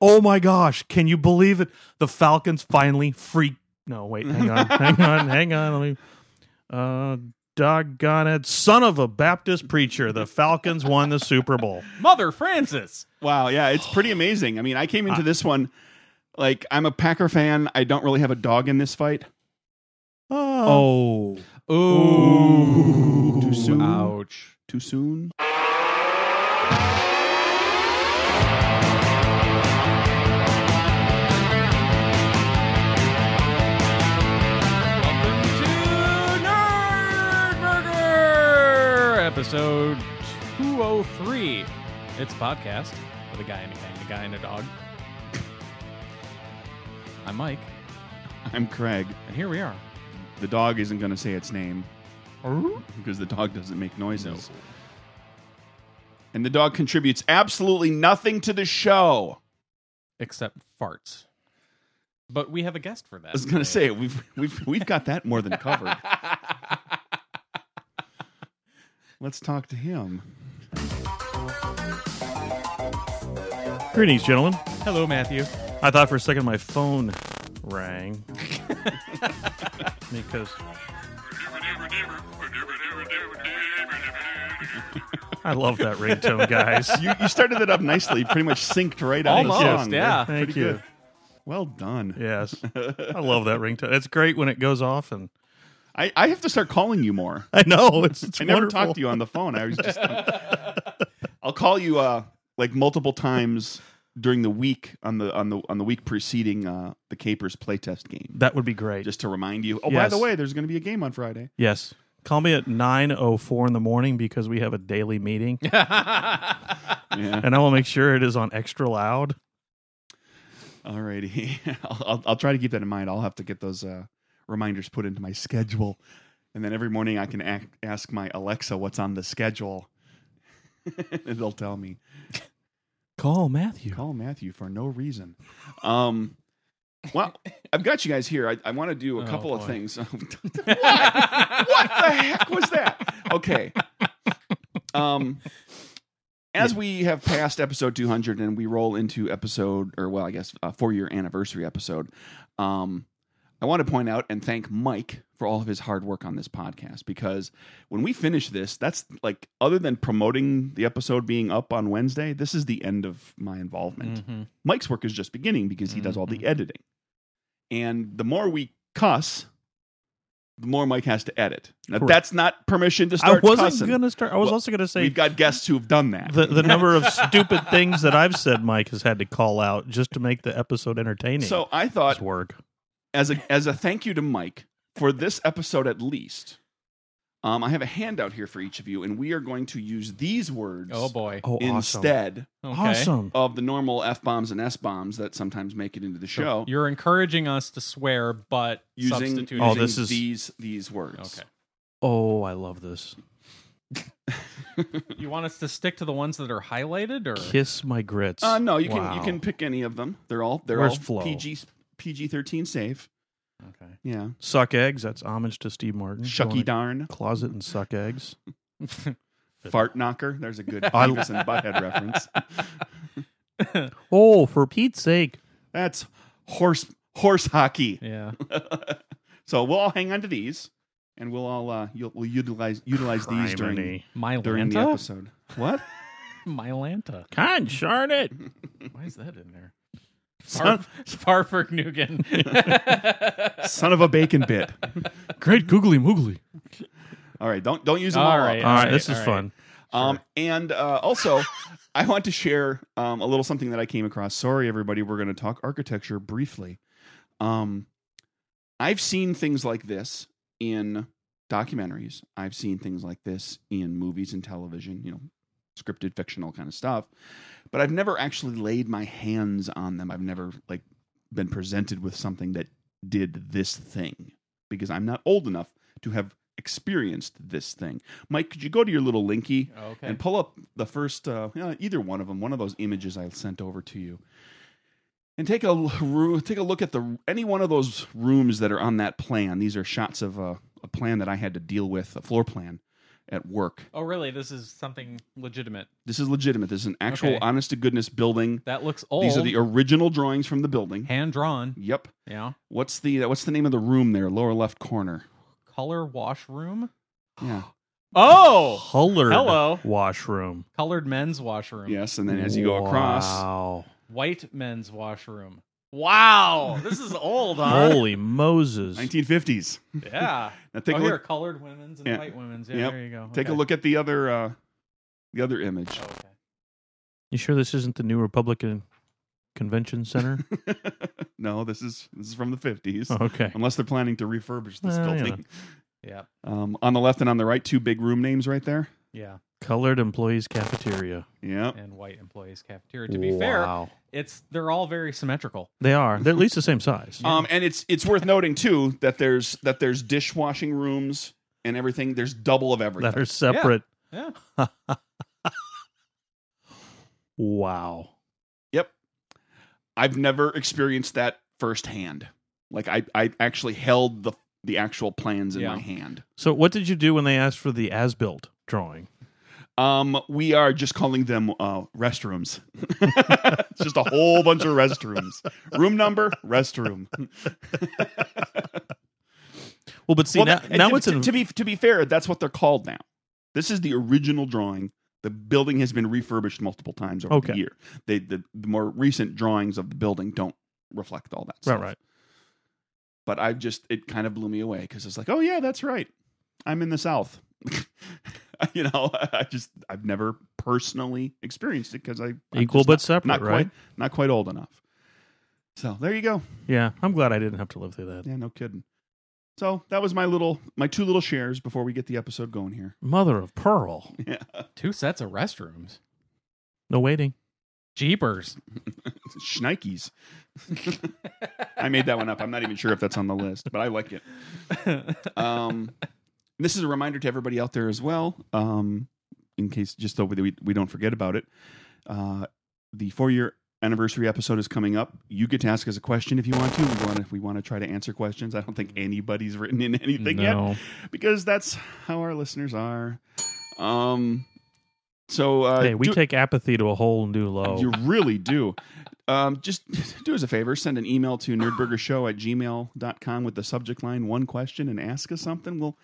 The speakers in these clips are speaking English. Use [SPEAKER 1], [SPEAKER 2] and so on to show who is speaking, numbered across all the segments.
[SPEAKER 1] oh my gosh, can you believe it? The Falcons finally freak. No, wait, hang on, hang on, hang on. Let me. Uh, doggone it, son of a Baptist preacher! The Falcons won the Super Bowl.
[SPEAKER 2] Mother Francis.
[SPEAKER 3] Wow, yeah, it's pretty amazing. I mean, I came into this one like I'm a Packer fan. I don't really have a dog in this fight.
[SPEAKER 1] Oh,
[SPEAKER 2] Ooh.
[SPEAKER 3] Too soon.
[SPEAKER 2] Ouch.
[SPEAKER 3] Too soon.
[SPEAKER 2] Welcome to Nerd Burger, episode 203. It's a podcast with a guy and a guy and a guy and a dog. I'm Mike,
[SPEAKER 3] I'm Craig.
[SPEAKER 2] and here we are.
[SPEAKER 3] The dog isn't going to say its name because the dog doesn't make noises. And the dog contributes absolutely nothing to the show.
[SPEAKER 2] Except farts. But we have a guest for that.
[SPEAKER 3] I was going to say we've we've we've got that more than covered. Let's talk to him.
[SPEAKER 1] Oh, greetings, gentlemen.
[SPEAKER 2] Hello, Matthew.
[SPEAKER 1] I thought for a second my phone rang because I love that ringtone, guys.
[SPEAKER 3] You, you started that up nicely. Pretty much synced right out. of the
[SPEAKER 2] Almost,
[SPEAKER 3] song.
[SPEAKER 2] yeah.
[SPEAKER 1] Thank
[SPEAKER 3] Pretty
[SPEAKER 1] you.
[SPEAKER 3] good. Well done.
[SPEAKER 1] Yes, I love that ringtone. It's great when it goes off, and
[SPEAKER 3] I, I have to start calling you more.
[SPEAKER 1] I know it's. it's
[SPEAKER 3] I never
[SPEAKER 1] wonderful.
[SPEAKER 3] talked to you on the phone. I was just. I'll call you uh, like multiple times during the week on the on the on the week preceding uh, the Capers playtest game,
[SPEAKER 1] That would be great.
[SPEAKER 3] just to remind you. Oh, by
[SPEAKER 1] Yes.
[SPEAKER 3] the way, there's going to be a game on Friday.
[SPEAKER 1] yes, call me at nine oh four in the morning because we have a daily meeting,
[SPEAKER 3] Yeah.
[SPEAKER 1] and I will make sure it is on extra loud.
[SPEAKER 3] Alrighty, I'll, I'll I'll try to keep that in mind. I'll have to get those uh, reminders put into my schedule, and then every morning I can ac ask my Alexa what's on the schedule. They'll tell me.
[SPEAKER 1] Call Matthew.
[SPEAKER 3] call Matthew for no reason. Um, well, I've got you guys here. I, I want to do a
[SPEAKER 2] Oh,
[SPEAKER 3] couple of
[SPEAKER 2] boy.
[SPEAKER 3] things. what? what the heck was that? Okay. Um, as we have passed episode 200 and we roll into episode, or well, I guess a four year anniversary episode, um, I want to point out and thank Mike for all of his hard work on this podcast because when we finish this, that's like, other than promoting the episode being up on Wednesday, this is the end of my involvement.
[SPEAKER 2] Mhm.
[SPEAKER 3] Mike's work is just beginning because he does all
[SPEAKER 1] Mm-hmm.
[SPEAKER 3] the editing. And the more we cuss, the more Mike has to edit. Now,
[SPEAKER 1] Correct.
[SPEAKER 3] that's not permission to
[SPEAKER 1] I
[SPEAKER 3] start
[SPEAKER 1] wasn't
[SPEAKER 3] cussing.
[SPEAKER 1] gonna start. I was
[SPEAKER 3] Well,
[SPEAKER 1] also gonna say
[SPEAKER 3] We've got guests who've done that.
[SPEAKER 1] the the number of stupid things that I've said Mike has had to call out just to make the episode entertaining.
[SPEAKER 3] so uh, I
[SPEAKER 1] is
[SPEAKER 3] thought,
[SPEAKER 1] work.
[SPEAKER 3] as a as a thank you to Mike for this episode, at least, um, I have a handout here for each of you, and we are going to use these words
[SPEAKER 2] Oh, boy.
[SPEAKER 1] Oh,
[SPEAKER 3] instead uh,
[SPEAKER 2] Okay.
[SPEAKER 1] Awesome.
[SPEAKER 3] of the normal f bombs and s bombs that sometimes make it into the show.
[SPEAKER 2] You're encouraging us to swear, but
[SPEAKER 3] using
[SPEAKER 2] substituting.
[SPEAKER 3] using
[SPEAKER 1] Oh, this is-
[SPEAKER 3] these these words.
[SPEAKER 2] Okay.
[SPEAKER 1] Oh, I love this.
[SPEAKER 2] You want us to stick to the ones that are highlighted, or
[SPEAKER 1] Kiss my grits.
[SPEAKER 3] Uh, no, you can you
[SPEAKER 1] Wow.
[SPEAKER 3] can pick any of them. They're all they're
[SPEAKER 1] Where's Flo?
[SPEAKER 3] all PG PG thirteen safe.
[SPEAKER 1] okay.
[SPEAKER 3] Yeah,
[SPEAKER 1] Suck eggs. That's homage to Steve Martin.
[SPEAKER 3] shucky
[SPEAKER 1] Going to
[SPEAKER 3] darn,
[SPEAKER 1] Closet and suck eggs.
[SPEAKER 3] fart knocker. There's a good
[SPEAKER 1] I-
[SPEAKER 3] Beavis and Butthead reference.
[SPEAKER 1] Oh, for Pete's sake.
[SPEAKER 3] That's horse horse hockey.
[SPEAKER 2] yeah,
[SPEAKER 3] So we'll all hang on to these, and we'll all uh you'll, we'll utilize utilize these during
[SPEAKER 1] Criminy.
[SPEAKER 2] Mylanta.
[SPEAKER 3] during the episode. What?
[SPEAKER 2] Mylanta.
[SPEAKER 1] Conchard it.
[SPEAKER 2] Why is that in there?
[SPEAKER 3] Son-
[SPEAKER 2] Far- Farfur Nugan.
[SPEAKER 3] Son of a bacon bit.
[SPEAKER 1] Great googly moogly.
[SPEAKER 3] All right, don't don't use them all.
[SPEAKER 2] All
[SPEAKER 3] up.
[SPEAKER 2] right.
[SPEAKER 1] All right, this
[SPEAKER 2] all
[SPEAKER 1] is
[SPEAKER 2] right.
[SPEAKER 1] fun.
[SPEAKER 3] Um, and uh, also, I want to share um, a little something that I came across. Sorry, everybody, we're going to talk architecture briefly. Um, I've seen things like this in documentaries. I've seen things like this in movies and television. You know, scripted, fictional kind of stuff. But I've never actually laid my hands on them. I've never like been presented with something that did this thing because I'm not old enough to have experienced this thing. Mike, could you go to your little linky
[SPEAKER 2] Oh, Okay.
[SPEAKER 3] and pull up the first uh, you know, either one of them one of those images i sent over to you and take a l- roo- take a look at the any one of those rooms that are on that plan these are shots of a, a plan that i had to deal with a floor plan at work.
[SPEAKER 2] Oh, really? This is something legitimate.
[SPEAKER 3] This is legitimate. This is an actual,
[SPEAKER 2] Okay.
[SPEAKER 3] honest to goodness building.
[SPEAKER 2] That looks old.
[SPEAKER 3] These are the original drawings from the building.
[SPEAKER 2] hand drawn.
[SPEAKER 3] Yep.
[SPEAKER 2] Yeah.
[SPEAKER 3] What's the what's the name of the room there, lower left corner?
[SPEAKER 2] Color washroom.
[SPEAKER 3] Yeah.
[SPEAKER 2] Oh,
[SPEAKER 1] Colored
[SPEAKER 2] Hello.
[SPEAKER 1] washroom.
[SPEAKER 2] colored men's washroom.
[SPEAKER 3] Yes, and then as you go across,
[SPEAKER 1] Wow.
[SPEAKER 2] White men's washroom. Wow, this is old, huh?
[SPEAKER 1] Holy Moses.
[SPEAKER 3] 1950s.
[SPEAKER 2] Yeah.
[SPEAKER 3] Now take
[SPEAKER 2] oh,
[SPEAKER 3] a
[SPEAKER 2] here,
[SPEAKER 3] look.
[SPEAKER 2] colored women's and
[SPEAKER 3] Yeah.
[SPEAKER 2] white women's. Yeah,
[SPEAKER 3] Yep.
[SPEAKER 2] there you go.
[SPEAKER 3] Take a
[SPEAKER 2] Okay.
[SPEAKER 3] look at the other uh the other image.
[SPEAKER 2] Oh, okay.
[SPEAKER 1] You sure this isn't the new Republican Convention Center?
[SPEAKER 3] no, this is this is from the 50s.
[SPEAKER 1] Oh, okay.
[SPEAKER 3] Unless they're planning to refurbish this
[SPEAKER 1] Well, you
[SPEAKER 3] building.
[SPEAKER 2] Yeah.
[SPEAKER 3] Um, on the left and on the right, two big room names right there.
[SPEAKER 2] Yeah.
[SPEAKER 1] Colored employees cafeteria.
[SPEAKER 3] Yeah.
[SPEAKER 2] And white employees cafeteria. To be fair,
[SPEAKER 1] Wow.
[SPEAKER 2] it's they're all very symmetrical.
[SPEAKER 1] They are. They're at least the same size.
[SPEAKER 3] Um, and it's it's worth noting too that there's that there's dishwashing rooms and everything. There's double of everything.
[SPEAKER 1] that are separate.
[SPEAKER 2] Yeah.
[SPEAKER 1] Wow.
[SPEAKER 3] I've never experienced that firsthand. Like I, I actually held the the actual plans in
[SPEAKER 2] Yeah.
[SPEAKER 3] my hand.
[SPEAKER 1] So what did you do when they asked for the as-built drawing?
[SPEAKER 3] Um, we are just calling them uh, restrooms. it's just a whole bunch of restrooms. Room number, restroom.
[SPEAKER 1] Well, but see
[SPEAKER 3] Well,
[SPEAKER 1] now,
[SPEAKER 3] that- and
[SPEAKER 1] now
[SPEAKER 3] to,
[SPEAKER 1] it's
[SPEAKER 3] to,
[SPEAKER 1] in,
[SPEAKER 3] to be to be fair. That's what they're called now. This is the original drawing. The building has been refurbished multiple times over
[SPEAKER 1] Okay.
[SPEAKER 3] the year. They, the, the more recent drawings of the building don't reflect all that.
[SPEAKER 1] right,
[SPEAKER 3] stuff.
[SPEAKER 1] right.
[SPEAKER 3] But I just it kind of blew me away because it's like, oh yeah, that's right. I'm in the South. you know, I just I've never personally experienced it because I I'm
[SPEAKER 1] Equal
[SPEAKER 3] just
[SPEAKER 1] but
[SPEAKER 3] not-
[SPEAKER 1] separate,
[SPEAKER 3] not
[SPEAKER 1] right?
[SPEAKER 3] quite not quite old enough. So there you go.
[SPEAKER 1] Yeah, I'm glad I didn't have to live through that.
[SPEAKER 3] Yeah, no kidding. So that was my little my two little shares before we get the episode going here.
[SPEAKER 1] Mother of pearl.
[SPEAKER 3] Yeah.
[SPEAKER 2] Two sets of restrooms.
[SPEAKER 1] No waiting.
[SPEAKER 2] Jeepers.
[SPEAKER 3] Schneikes. I made that one up. I'm not even sure if that's on the list, but I like it. Um, this is a reminder to everybody out there as well, um, in case just so we, we don't forget about it. Uh, the four year anniversary episode is coming up. You get to ask us a question if you want to. We want to, we want to try to answer questions. I don't think anybody's written in anything yet
[SPEAKER 2] no.
[SPEAKER 3] because that's how our listeners are. Um, so uh,
[SPEAKER 1] hey, we
[SPEAKER 3] do-
[SPEAKER 1] take apathy to a whole new low.
[SPEAKER 3] you really do. Um, just do us a favor send an email to nerdburgershow at gmail.com with the subject line one question and ask us something. We'll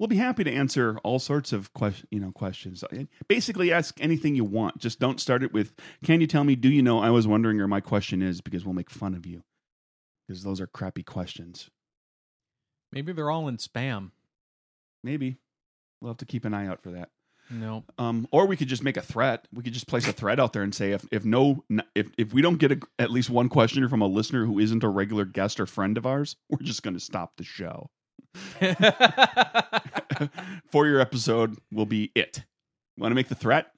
[SPEAKER 3] we'll be happy to answer all sorts of ques- you know questions. Basically, ask anything you want. Just don't start it with, can you tell me, do you know, I was wondering, or my question is, because we'll make fun of you. Because those are crappy questions.
[SPEAKER 2] Maybe they're all in spam.
[SPEAKER 3] Maybe. We'll have to keep an eye out for that.
[SPEAKER 2] No.
[SPEAKER 3] Um, or we could just make a threat. We could just place a threat out there and say if if no n- if if we don't get a, at least one question from a listener who isn't a regular guest or friend of ours, we're just going to stop the show. For your episode will be it. Want to make the threat?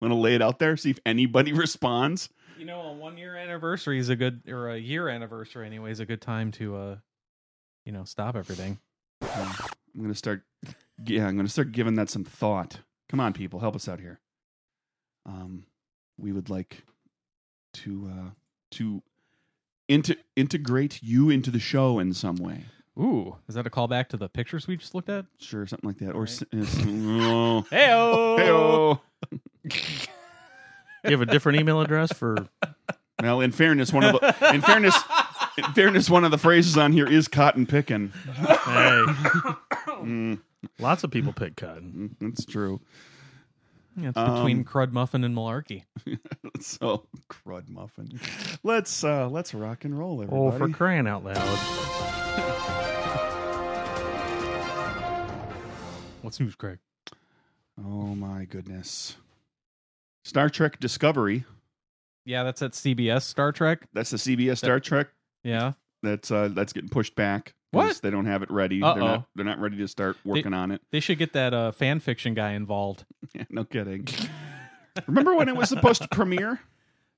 [SPEAKER 3] Want to lay it out there? See if anybody responds.
[SPEAKER 2] you know, a one year anniversary is a good or a year anniversary anyway is a good time to uh you know, stop everything.
[SPEAKER 3] I'm going to start. Yeah, I'm going to start giving that some thought. Come on, people, help us out here. Um, we would like to uh, to inte- integrate you into the show in some way.
[SPEAKER 2] Ooh, is that a callback to the pictures we just looked at?
[SPEAKER 3] Sure, something like that. Or
[SPEAKER 2] Right.
[SPEAKER 3] s- uh, s- oh.
[SPEAKER 2] Hey
[SPEAKER 3] Hey-oh.
[SPEAKER 1] you have a different email address for
[SPEAKER 3] Well, in fairness, one of the in fairness in fairness, one of the phrases on here is cotton picking.
[SPEAKER 1] hey,
[SPEAKER 3] Mm,
[SPEAKER 1] lots of people pick cotton.
[SPEAKER 3] mm, that's true.
[SPEAKER 2] it's
[SPEAKER 3] Um,
[SPEAKER 2] between crud muffin and malarkey.
[SPEAKER 3] So crud muffin. Let's uh let's rock and roll,
[SPEAKER 1] Oh,
[SPEAKER 3] everybody.
[SPEAKER 1] for crying out loud.
[SPEAKER 2] What's news, Craig?
[SPEAKER 3] Oh my goodness. Star Trek Discovery.
[SPEAKER 2] Yeah, that's at CBS Star Trek.
[SPEAKER 3] That's the CBS Star Trek.
[SPEAKER 2] Yeah.
[SPEAKER 3] That's uh that's getting pushed back. 'cause
[SPEAKER 2] What?
[SPEAKER 3] They don't have it ready. They're
[SPEAKER 2] Uh-oh.
[SPEAKER 3] not, they're not ready to start working on it.
[SPEAKER 2] They should get that uh fan fiction guy involved.
[SPEAKER 3] Yeah, no kidding. Remember when it was supposed to premiere?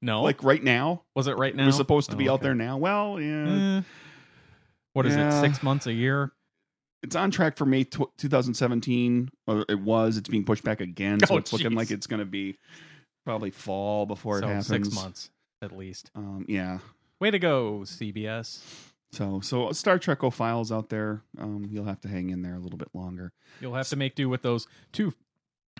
[SPEAKER 2] No.
[SPEAKER 3] Like right now?
[SPEAKER 2] was it right
[SPEAKER 3] It
[SPEAKER 2] now?
[SPEAKER 3] was supposed to be
[SPEAKER 2] Oh,
[SPEAKER 3] out
[SPEAKER 2] okay.
[SPEAKER 3] there now. Well, yeah,
[SPEAKER 2] Eh. What is
[SPEAKER 3] Yeah.
[SPEAKER 2] it? Six months a year?
[SPEAKER 3] it's on track for May tw 2017. Or it was. It's being pushed back again, so
[SPEAKER 2] Oh,
[SPEAKER 3] it's looking
[SPEAKER 2] jeez.
[SPEAKER 3] like it's going to be probably fall before it
[SPEAKER 2] so
[SPEAKER 3] happens.
[SPEAKER 2] six months at least.
[SPEAKER 3] Um, yeah,
[SPEAKER 2] Way to go, CBS.
[SPEAKER 3] So, so Star Trek files out there, um, you'll have to hang in there a little bit longer.
[SPEAKER 2] You'll have to make do with those two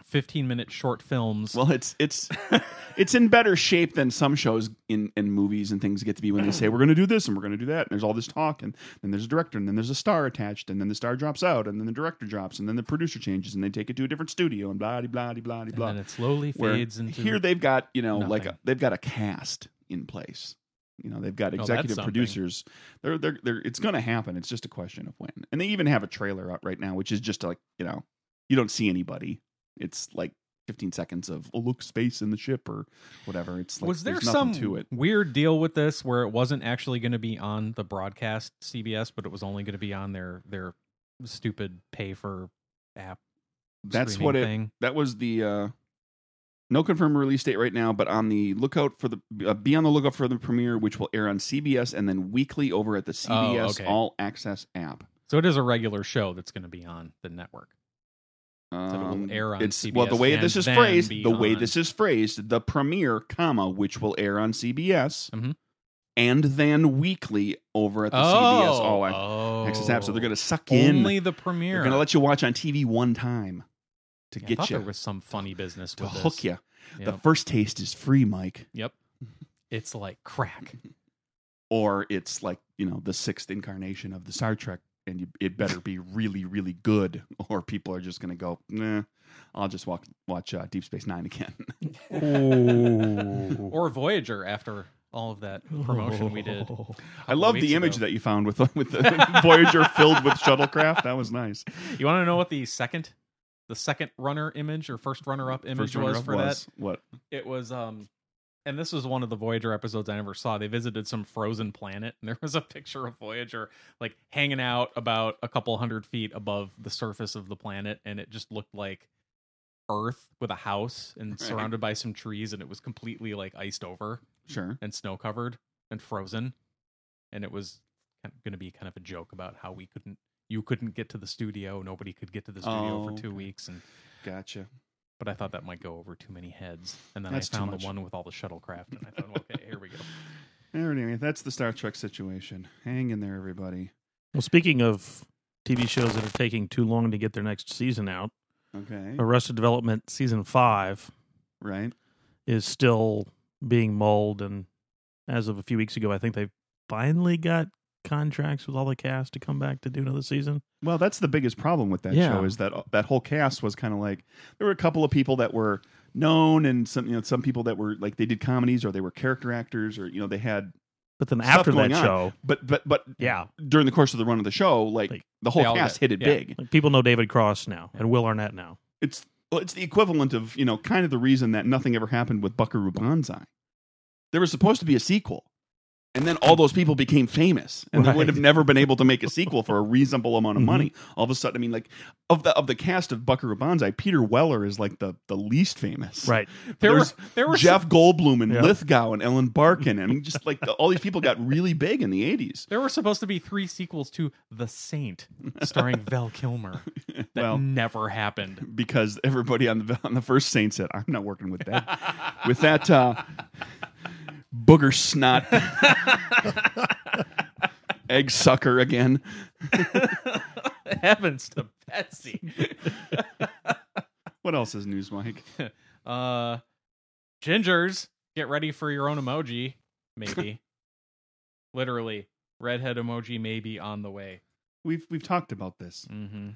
[SPEAKER 2] 15 minute short films.
[SPEAKER 3] Well, it's it's it's in better shape than some shows in in movies and things get to be when they say we're going to do this and we're going to do that and there's all this talk and then there's a director and then there's a star attached and then the star drops out and then the director drops and then the producer changes and they take it to a different studio and blah de blah de blah de
[SPEAKER 2] and
[SPEAKER 3] blah.
[SPEAKER 2] then it slowly
[SPEAKER 3] Where
[SPEAKER 2] fades into
[SPEAKER 3] here they've got you know like a,
[SPEAKER 2] nothing. Oh,
[SPEAKER 3] they've got a cast in place. You know they've got
[SPEAKER 2] that's
[SPEAKER 3] executive
[SPEAKER 2] something.
[SPEAKER 3] producers. They're they're they're it's going to happen. It's just a question of when. And they even have a trailer out right now, which is just like you know you don't see anybody. It's like 15 seconds of oh, look space in the ship or whatever. It's like
[SPEAKER 2] was there
[SPEAKER 3] there's nothing
[SPEAKER 2] some
[SPEAKER 3] to it?
[SPEAKER 2] weird deal with this where it wasn't actually going to be on the broadcast CBS, but it was only going to be on their their stupid pay for app?
[SPEAKER 3] That's
[SPEAKER 2] streaming
[SPEAKER 3] what it-
[SPEAKER 2] thing?
[SPEAKER 3] That was the uh no confirmed release date right now, but on the lookout for the uh, be on the lookout for the premiere, which will air on CBS and then weekly over at the CBS
[SPEAKER 2] Oh, okay.
[SPEAKER 3] All Access app.
[SPEAKER 2] So it is a regular show that's going to be on the network. it will
[SPEAKER 3] Um,
[SPEAKER 2] air on
[SPEAKER 3] it's well the
[SPEAKER 2] CBS
[SPEAKER 3] way this
[SPEAKER 2] and
[SPEAKER 3] is
[SPEAKER 2] then
[SPEAKER 3] phrased
[SPEAKER 2] be
[SPEAKER 3] the way
[SPEAKER 2] on-
[SPEAKER 3] this is phrased the premiere comma which will air on cbs
[SPEAKER 2] Mhm.
[SPEAKER 3] and then weekly over at the cbs all Ac- access Oh, app so they're gonna suck in
[SPEAKER 2] Oh, only the premiere.
[SPEAKER 3] they're gonna let you watch on tv one time to
[SPEAKER 2] Yeah, I
[SPEAKER 3] get
[SPEAKER 2] thought
[SPEAKER 3] you
[SPEAKER 2] There was some funny business
[SPEAKER 3] to
[SPEAKER 2] with this.
[SPEAKER 3] hook you the
[SPEAKER 2] Yep.
[SPEAKER 3] first taste is free mike
[SPEAKER 2] Yep. It's like crack.
[SPEAKER 3] or it's like you know the sixth incarnation of the star trek and you, it better be really really good or people are just gonna go nah i'll just walk, watch uh, deep space nine again
[SPEAKER 2] Or Voyager after all of that promotion we did.
[SPEAKER 3] I love
[SPEAKER 2] weeks
[SPEAKER 3] the image
[SPEAKER 2] ago.
[SPEAKER 3] that you found with with the Voyager filled with shuttlecraft. That was nice.
[SPEAKER 2] You want to know what the second the second runner image or first runner up image was
[SPEAKER 3] runner-up
[SPEAKER 2] for
[SPEAKER 3] was what?
[SPEAKER 2] that? It was um and this was one of the Voyager episodes I never saw. They visited some frozen planet and there was a picture of Voyager like hanging out about a couple hundred feet above the surface of the planet and it just looked like Earth with a house and
[SPEAKER 3] Right.
[SPEAKER 2] surrounded by some trees and it was completely like iced over.
[SPEAKER 3] Sure.
[SPEAKER 2] and snow covered and frozen and it was going to be kind of a joke about how we couldn't you couldn't get to the studio nobody could get to the studio
[SPEAKER 3] Oh,
[SPEAKER 2] for two
[SPEAKER 3] okay.
[SPEAKER 2] weeks and
[SPEAKER 3] Gotcha.
[SPEAKER 2] but i thought that might go over too many heads and then
[SPEAKER 3] That's
[SPEAKER 2] i
[SPEAKER 3] too
[SPEAKER 2] found the
[SPEAKER 3] much.
[SPEAKER 2] one with all the shuttlecraft and i thought okay here we go
[SPEAKER 3] Anyway, that's the Star Trek situation. Hang in there, everybody.
[SPEAKER 1] Well, speaking of TV shows that are taking too long to get their next season out,
[SPEAKER 3] Okay.
[SPEAKER 1] Arrested Development season five
[SPEAKER 3] Right.
[SPEAKER 1] is still being mulled, and as of a few weeks ago, I think they finally got contracts with all the cast to come back to do another season.
[SPEAKER 3] Well, that's the biggest problem with that
[SPEAKER 1] Yeah.
[SPEAKER 3] show is that uh, that whole cast was kind of like there were a couple of people that were known and some you know some people that were like they did comedies or they were character actors or you know they had
[SPEAKER 1] But then
[SPEAKER 3] Stuff
[SPEAKER 1] after that
[SPEAKER 3] going on.
[SPEAKER 1] show,
[SPEAKER 3] but but but
[SPEAKER 1] yeah,
[SPEAKER 3] during the course of the run of the show like,
[SPEAKER 1] Like,
[SPEAKER 3] the whole
[SPEAKER 2] they all
[SPEAKER 3] cast
[SPEAKER 2] got-
[SPEAKER 3] hit it
[SPEAKER 2] yeah.
[SPEAKER 3] big.
[SPEAKER 1] like people know David Cross now and Will Arnett now.
[SPEAKER 3] it's well, it's the equivalent of you know kind of the reason that nothing ever happened with Buckaroo Banzai. There was supposed to be a sequel, and then all those people became famous, and they would
[SPEAKER 1] Right.
[SPEAKER 3] have never been able to make a sequel for a reasonable amount of
[SPEAKER 1] Mhm.
[SPEAKER 3] money. All of a sudden, I mean, like of the of the cast of Buckaroo Banzai, Peter Weller is like the the least famous,
[SPEAKER 1] Right.
[SPEAKER 2] there
[SPEAKER 3] There's
[SPEAKER 2] were there were
[SPEAKER 3] Jeff
[SPEAKER 2] some,
[SPEAKER 3] Goldblum and
[SPEAKER 1] Yeah.
[SPEAKER 3] Lithgow and Ellen Barkin, and just like the, all these people got really big in the eighties.
[SPEAKER 2] there were supposed to be three sequels to The Saint starring Val Kilmer that
[SPEAKER 3] Well-
[SPEAKER 2] never happened
[SPEAKER 3] Because everybody on the on the first Saint said, "I'm not working with that, with that uh, booger snot egg sucker again.
[SPEAKER 2] It happens to Betsy
[SPEAKER 3] What else is news, Mike?
[SPEAKER 2] Uh, gingers, get ready for your own emoji. Maybe. Literally, redhead emoji may be on the way.
[SPEAKER 3] We've we've talked about this.
[SPEAKER 2] Mm-hmm.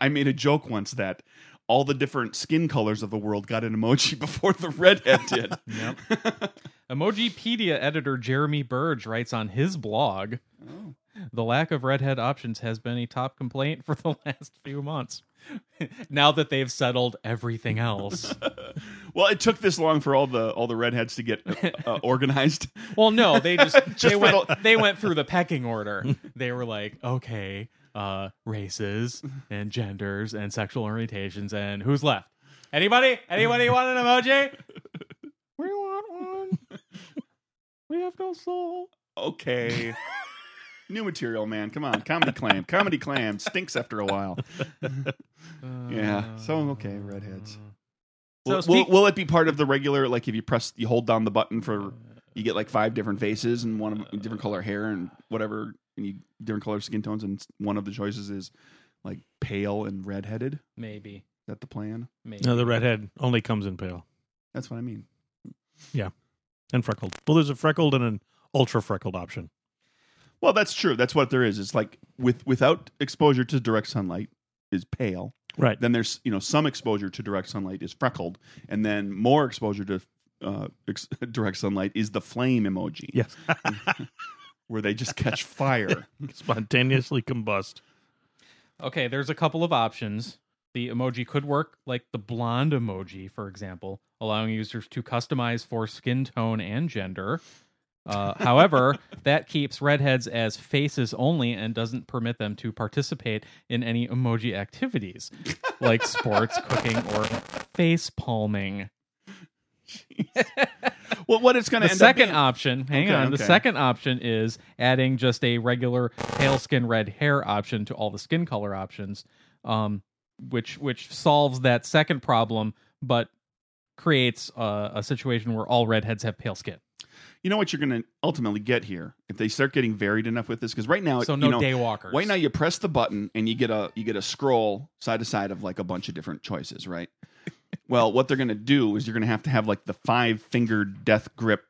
[SPEAKER 3] I made a joke once that all the different skin colors of the world got an emoji before the redhead did.
[SPEAKER 2] Yep. Emojipedia editor Jeremy Burge writes on his blog
[SPEAKER 3] Oh.
[SPEAKER 2] The lack of redhead options has been a top complaint for the last few months. now that they've settled everything else.
[SPEAKER 3] Well, it took this long for all the all the redheads to get uh, organized.
[SPEAKER 2] Well, no, they just, they
[SPEAKER 3] for
[SPEAKER 2] went
[SPEAKER 3] the-
[SPEAKER 2] they went through the pecking order. They were like, okay, uh, races and genders and sexual orientations and who's left? Anybody? Anybody want an emoji? We want one. We have no soul.
[SPEAKER 3] Okay. New material, man. Come on, comedy clam. Comedy clam stinks after a while. Yeah, so,
[SPEAKER 2] Uh,
[SPEAKER 3] okay, redheads.
[SPEAKER 2] So
[SPEAKER 3] will,
[SPEAKER 2] speak-
[SPEAKER 3] will, will it be part of the regular? Like, if you press, you hold down the button for, you get like five different faces and one of- different color hair and whatever and you different color skin tones, and one of the choices is like pale and redheaded. Is
[SPEAKER 2] Maybe.
[SPEAKER 3] that the plan?
[SPEAKER 2] Maybe.
[SPEAKER 1] No, the redhead only comes in pale
[SPEAKER 3] That's what I mean.
[SPEAKER 1] and freckled. Well, there's a freckled and an ultra freckled option.
[SPEAKER 3] Well, that's true. That's what there is. It's like with without exposure to direct sunlight is pale.
[SPEAKER 1] Right.
[SPEAKER 3] Then there's you know some exposure to direct sunlight is freckled, and then more exposure to uh, ex- direct sunlight is the flame emoji.
[SPEAKER 1] Yes.
[SPEAKER 3] where they just catch fire.
[SPEAKER 1] Spontaneously combust.
[SPEAKER 2] Okay, there's a couple of options. The emoji could work like the blonde emoji, for example, allowing users to customize for skin tone and gender. Uh, however, that keeps redheads as faces only and doesn't permit them to participate in any emoji activities like sports, cooking, or face palming.
[SPEAKER 3] well, what it's going to
[SPEAKER 2] The
[SPEAKER 3] end
[SPEAKER 2] second
[SPEAKER 3] up
[SPEAKER 2] option, hang
[SPEAKER 3] Okay,
[SPEAKER 2] on, the
[SPEAKER 3] okay.
[SPEAKER 2] second option is adding just a regular pale skin red hair option to all the skin color options, um, which which solves that second problem, but creates a, a situation where all redheads have pale skin.
[SPEAKER 3] being- you know what you're going to ultimately get here if they start getting varied enough with this because right now,
[SPEAKER 2] So
[SPEAKER 3] you
[SPEAKER 2] no
[SPEAKER 3] know,
[SPEAKER 2] daywalkers.
[SPEAKER 3] Right now, you press the button and you get a you get a scroll side to side of like a bunch of different choices, right? well, what they're gonna do is you're gonna have to have like the five fingered death grip